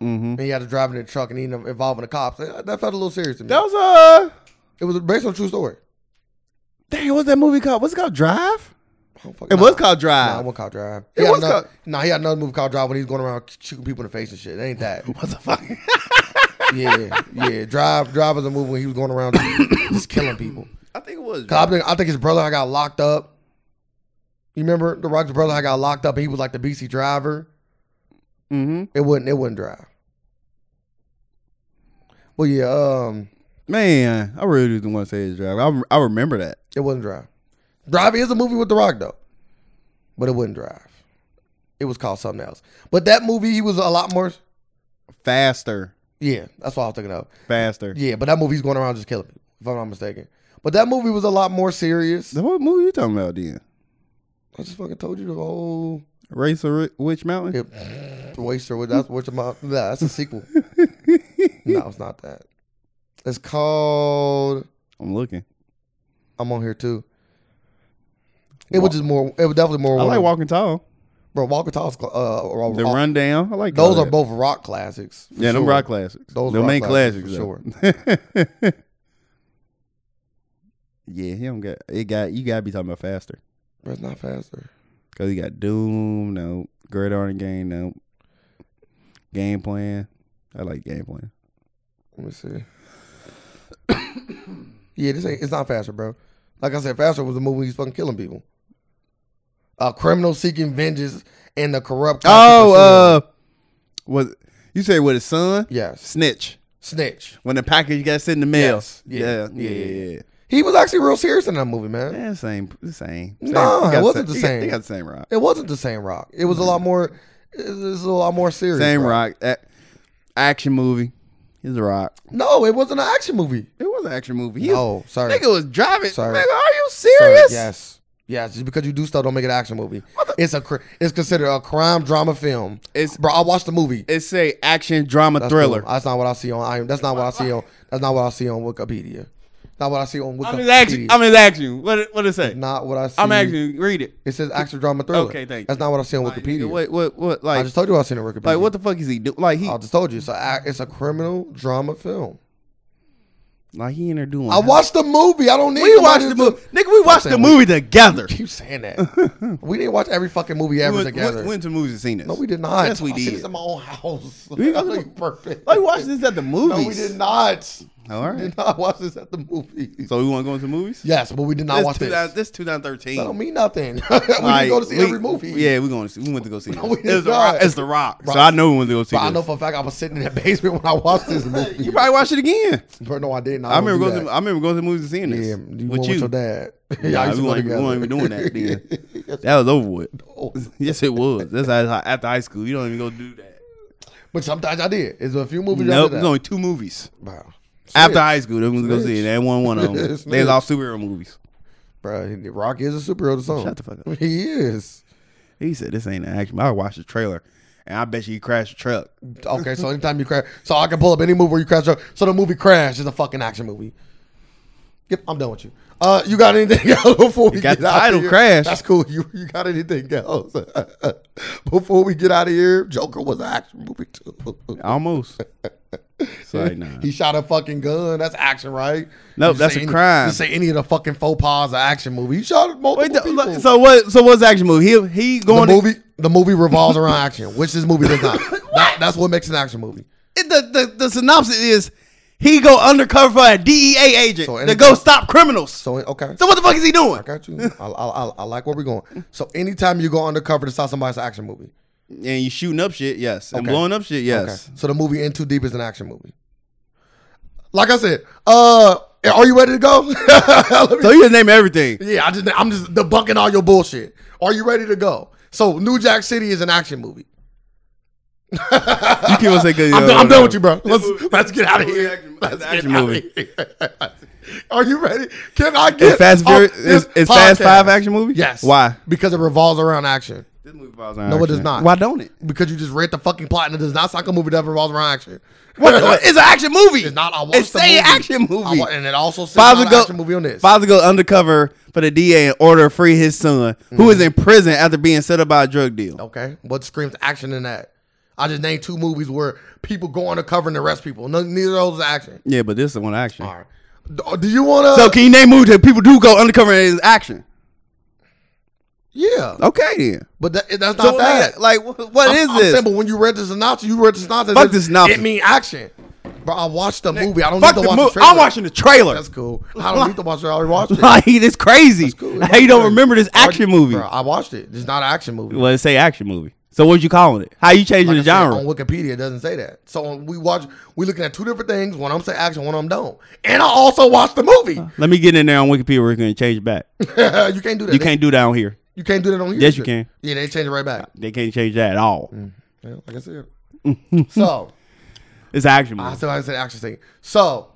Mm-hmm.
and he had to drive in the truck and he ended up involving the cops. That that felt a little serious to me.
That was uh,
it was based on a true story.
dang, what's that movie called? What's it called? Drive.
I don't
It
fucking know.
was called
Nah,
Drive.
it was called Drive.
It
He had
was
another,
called-
nah, he had another movie called Drive when he was going around shooting people in the face and shit. It ain't that.
what the fuck?
yeah, yeah. Drive, drive was a movie when he was going around just killing people.
I think it was.
'Cause I think, I think his brother I got locked up. You remember the Rock's brother I got locked up and he was like the BC driver.
Mm-hmm.
It wouldn't. It wouldn't drive. Well, yeah. Um,
Man, I really didn't want to say it's Drive. I I remember that.
it wasn't drive. Drive is a movie with the Rock though, but it wouldn't drive. It was called something else. But that movie, he was a lot more.
Faster,
Yeah, that's what I was thinking of.
faster.
Yeah, but that movie's going around just killing people, if I'm not mistaken. But that movie was a lot more serious.
So What movie you talking about then?
I just fucking told you the whole
Race of Ri- Witch Mountain?
yep, waster. What that's what's about? Nah, that's a sequel. no, it's not that. It's called.
I'm looking.
I'm on here too. It was just more. It was definitely more.
I like
one-
Walking Tall.
bro. Walker Tall's. cl- Uh, or-
The
or-
Rundown. I like all
those are
that.
both rock classics. for
Yeah, them
sure.
rock classics. Those
Those
them
rock
main
classics
classics,
for
though. yeah, he don't got it. Got you got to be talking about faster
Bro, it's not faster.
because he got Doom. No, Great Army Game. No, Game Plan. I like Game Plan.
Let me see. yeah, this ain't. It's not faster, bro. Like I said, faster was a movie. He's fucking killing people. Uh, criminal seeking vengeance and the corrupt.
Oh,
constitution.
uh, was you said with his son?
yes,
Snitch.
snitch.
When the package got sent in the mail.
Yes.
Yeah,
Yeah.
yeah, yeah. yeah.
He was actually real serious in that movie, man.
Man, same, the same. same
Nah,
they
it
got
wasn't the
they got-
same.
They got the same rock.
It wasn't the same Rock. It was a lot more. It was a lot more serious.
Same
bro.
rock. A- action movie. He's a rock.
No, it wasn't an action movie.
It was an action movie. He
No, sorry.
Nigga was driving.
Sorry.
Nigga, are you
Sorry.
serious?
Yes. Yes. Just because you do stuff don't make it an action movie. It's a. cr- It's considered a crime drama film.
It's-
bro. I watched the movie.
It say action drama
That's
thriller.
cool. That's not what I see on. I. That's not what I see on. That's not what I see on Wikipedia. Not what I see on
I'm
Wikipedia.
just asking. I'm just asking you. What it- what it say?
not what I see.
I'm asking you. Read it.
It says action drama thriller.
Okay, thank you.
That's not what I see on
Like,
Wikipedia.
nigga, what what what
I
like
just told you I seen it on Wikipedia.
like what the fuck is he do? Like he
I just told you. It's a ac- it's a criminal drama film.
like he in there doing.
I watched the movie. I don't need.
We
somebody
watched the
to-
movie. Nigga, we watched
that
the
movie.
movie together.
Keep saying that. we didn't watch every fucking movie ever
we went,
together.
went, went to movies and seen this.
no, we did not.
Yes, we
I seen
did.
this in my own house.
We-
I know you're perfect.
Like we watched this at the movies.
No, we did not.
All
We
right.
did not watch this at the movies.
So we want to go into movies.
Yes, but we did not
This,
watch this.
2000,
That
this 2013.
don't mean nothing. we didn't go to see
we-
every movie.
Yeah, we going to see. We went to go see. it.
we did
it's, the
not.
rock, it's the Rock.
Rock.
So I know we went to go see.
But I
this.
know for a fact I was sitting in that basement when I watched this movie.
You probably watch it again.
Bro, no, I didn't.
I, remember
don't do
going. To, I remember going to the movies and seeing
that.
this.
Yeah, you went
with you.
with your dad.
Nah,
Y'all used
we
to go
weren't- we
together.
weren't even doing that then. That was over with.
Oh,
Yes, it was. That's how- after high school. You don't even go do that.
but sometimes I did. It's a few movies.
Nope.
I did
There's
that.
only two movies.
Wow.
After high school, they went to go see it. They won one of them.
Snitch.
They was all superhero movies.
Bro, Rock is a superhero to some.
Shut the fuck
up. He is.
He said, "This ain't an action." I watched the trailer, and I bet you he crashed the truck.
Okay, so anytime you crash, so I can pull up any movie where you crash. up. So the movie Crash is a fucking action movie. Yep, I'm done with you. Uh, you got anything else before we
got
get
the
out of
title,
here?
Crash.
That's cool. You you got anything else before we get out of here? Joker was an action movie too.
Almost. It's like, nah.
He shot a fucking gun. That's action, right?
No,
You
that's
say
a
any-
crime.
You say any of the fucking faux pas of action movie? He shot multiple
Wait, th-
people.
look, so what? So what's the action movie? He he
the
going. to-
movie the movie revolves around action, which this movie does not. That- that's what makes an action movie.
it- the, the the synopsis is he go undercover for a DEA agent
So
to
anytime-
go stop criminals. So,
So okay.
what the fuck is he doing?
I got you. I, I, I, I like where we're going. So anytime you go undercover to stop somebody's action movie.
And you shooting up shit, yes, and
Okay.
blowing up shit, yes.
So the movie In Too Deep is an action movie. Like I said, uh, are you ready to go? Let me-
So you just name everything.
yeah, I just I'm just debunking all your bullshit. Are you ready to go? So New Jack City is an action movie.
You keep on saying,
I'm, done, I'm done with you, bro. Let's let's get out of here. Let's
It's
get
an action
out
movie.
of here. Are you ready? Can I
Is
get
Fast,
off
Furious,
this
is, is Fast
podcast?
Five action movie?
Yes.
Why?
Because it revolves around action.
This movie revolves around
No, it
action.
does not.
Why don't it?
because you just read the fucking plot and it does not sound like a movie that revolves around action.
What, what? It's an action movie.
It's not. I watched
It's
the
saying
movie.
action
I
movie.
wa- and it also says
Father
not an
go-
action movie on this.
Father go undercover for the DA in order to free his son, who
Mm-hmm.
is in prison after being set up by a drug deal.
Okay, what screams action in that? I just named two movies where people go undercover and arrest people. None, neither of those is action.
Yeah, but this is one action.
All right. D- Do you want to?
So can you name movies that people do go undercover and is action?
yeah,
Okay then.
but that, that's not
So
that.
like, like wh- what is
I'm, I'm
this?
saying, but when you read the synopsis, you read the synopsis.
Fuck
it-
the synopsis.
It mean action. Bro, I watched the movie. I don't
Fuck
need
the
to watch
movie.
the trailer.
I'm watching the trailer.
That's cool. I don't need to watch it. I already watched it.
like it's crazy.
cool.
How you don't remember this action movie?
Bro, I watched it. It's not an action movie.
Well, it say action movie. So what you calling it? How you changing the
Like I said,
genre?
on Wikipedia, it doesn't say that. So we watch, we looking at two different things. One of them say action, one of them don't. And I also watched the movie.
Let me get in there on Wikipedia. We're gonna change it back.
you can't do that.
You can't do that on here.
You can't do that on YouTube.
Yes, you can.
Yeah, they change it right back.
They can't change that at all.
Yeah, like I said. so
It's an action
I
movie.
still haven't said action thing. So,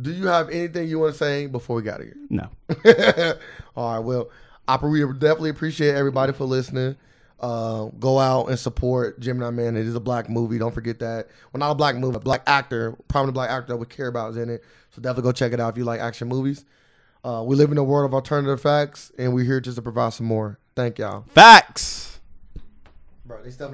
do you have anything you want to say before we got here?
No.
All right. Well, I pre- we definitely appreciate everybody for listening. Uh, go out and support Gemini Man. It is a black movie. Don't forget that. Well, not a black movie, a black actor, prominent black actor that we care about is in it. So definitely go check it out if you like action movies. Uh, we live in a world of alternative facts, and we're here just to provide some more. Thank y'all.
Facts.
Bro, they still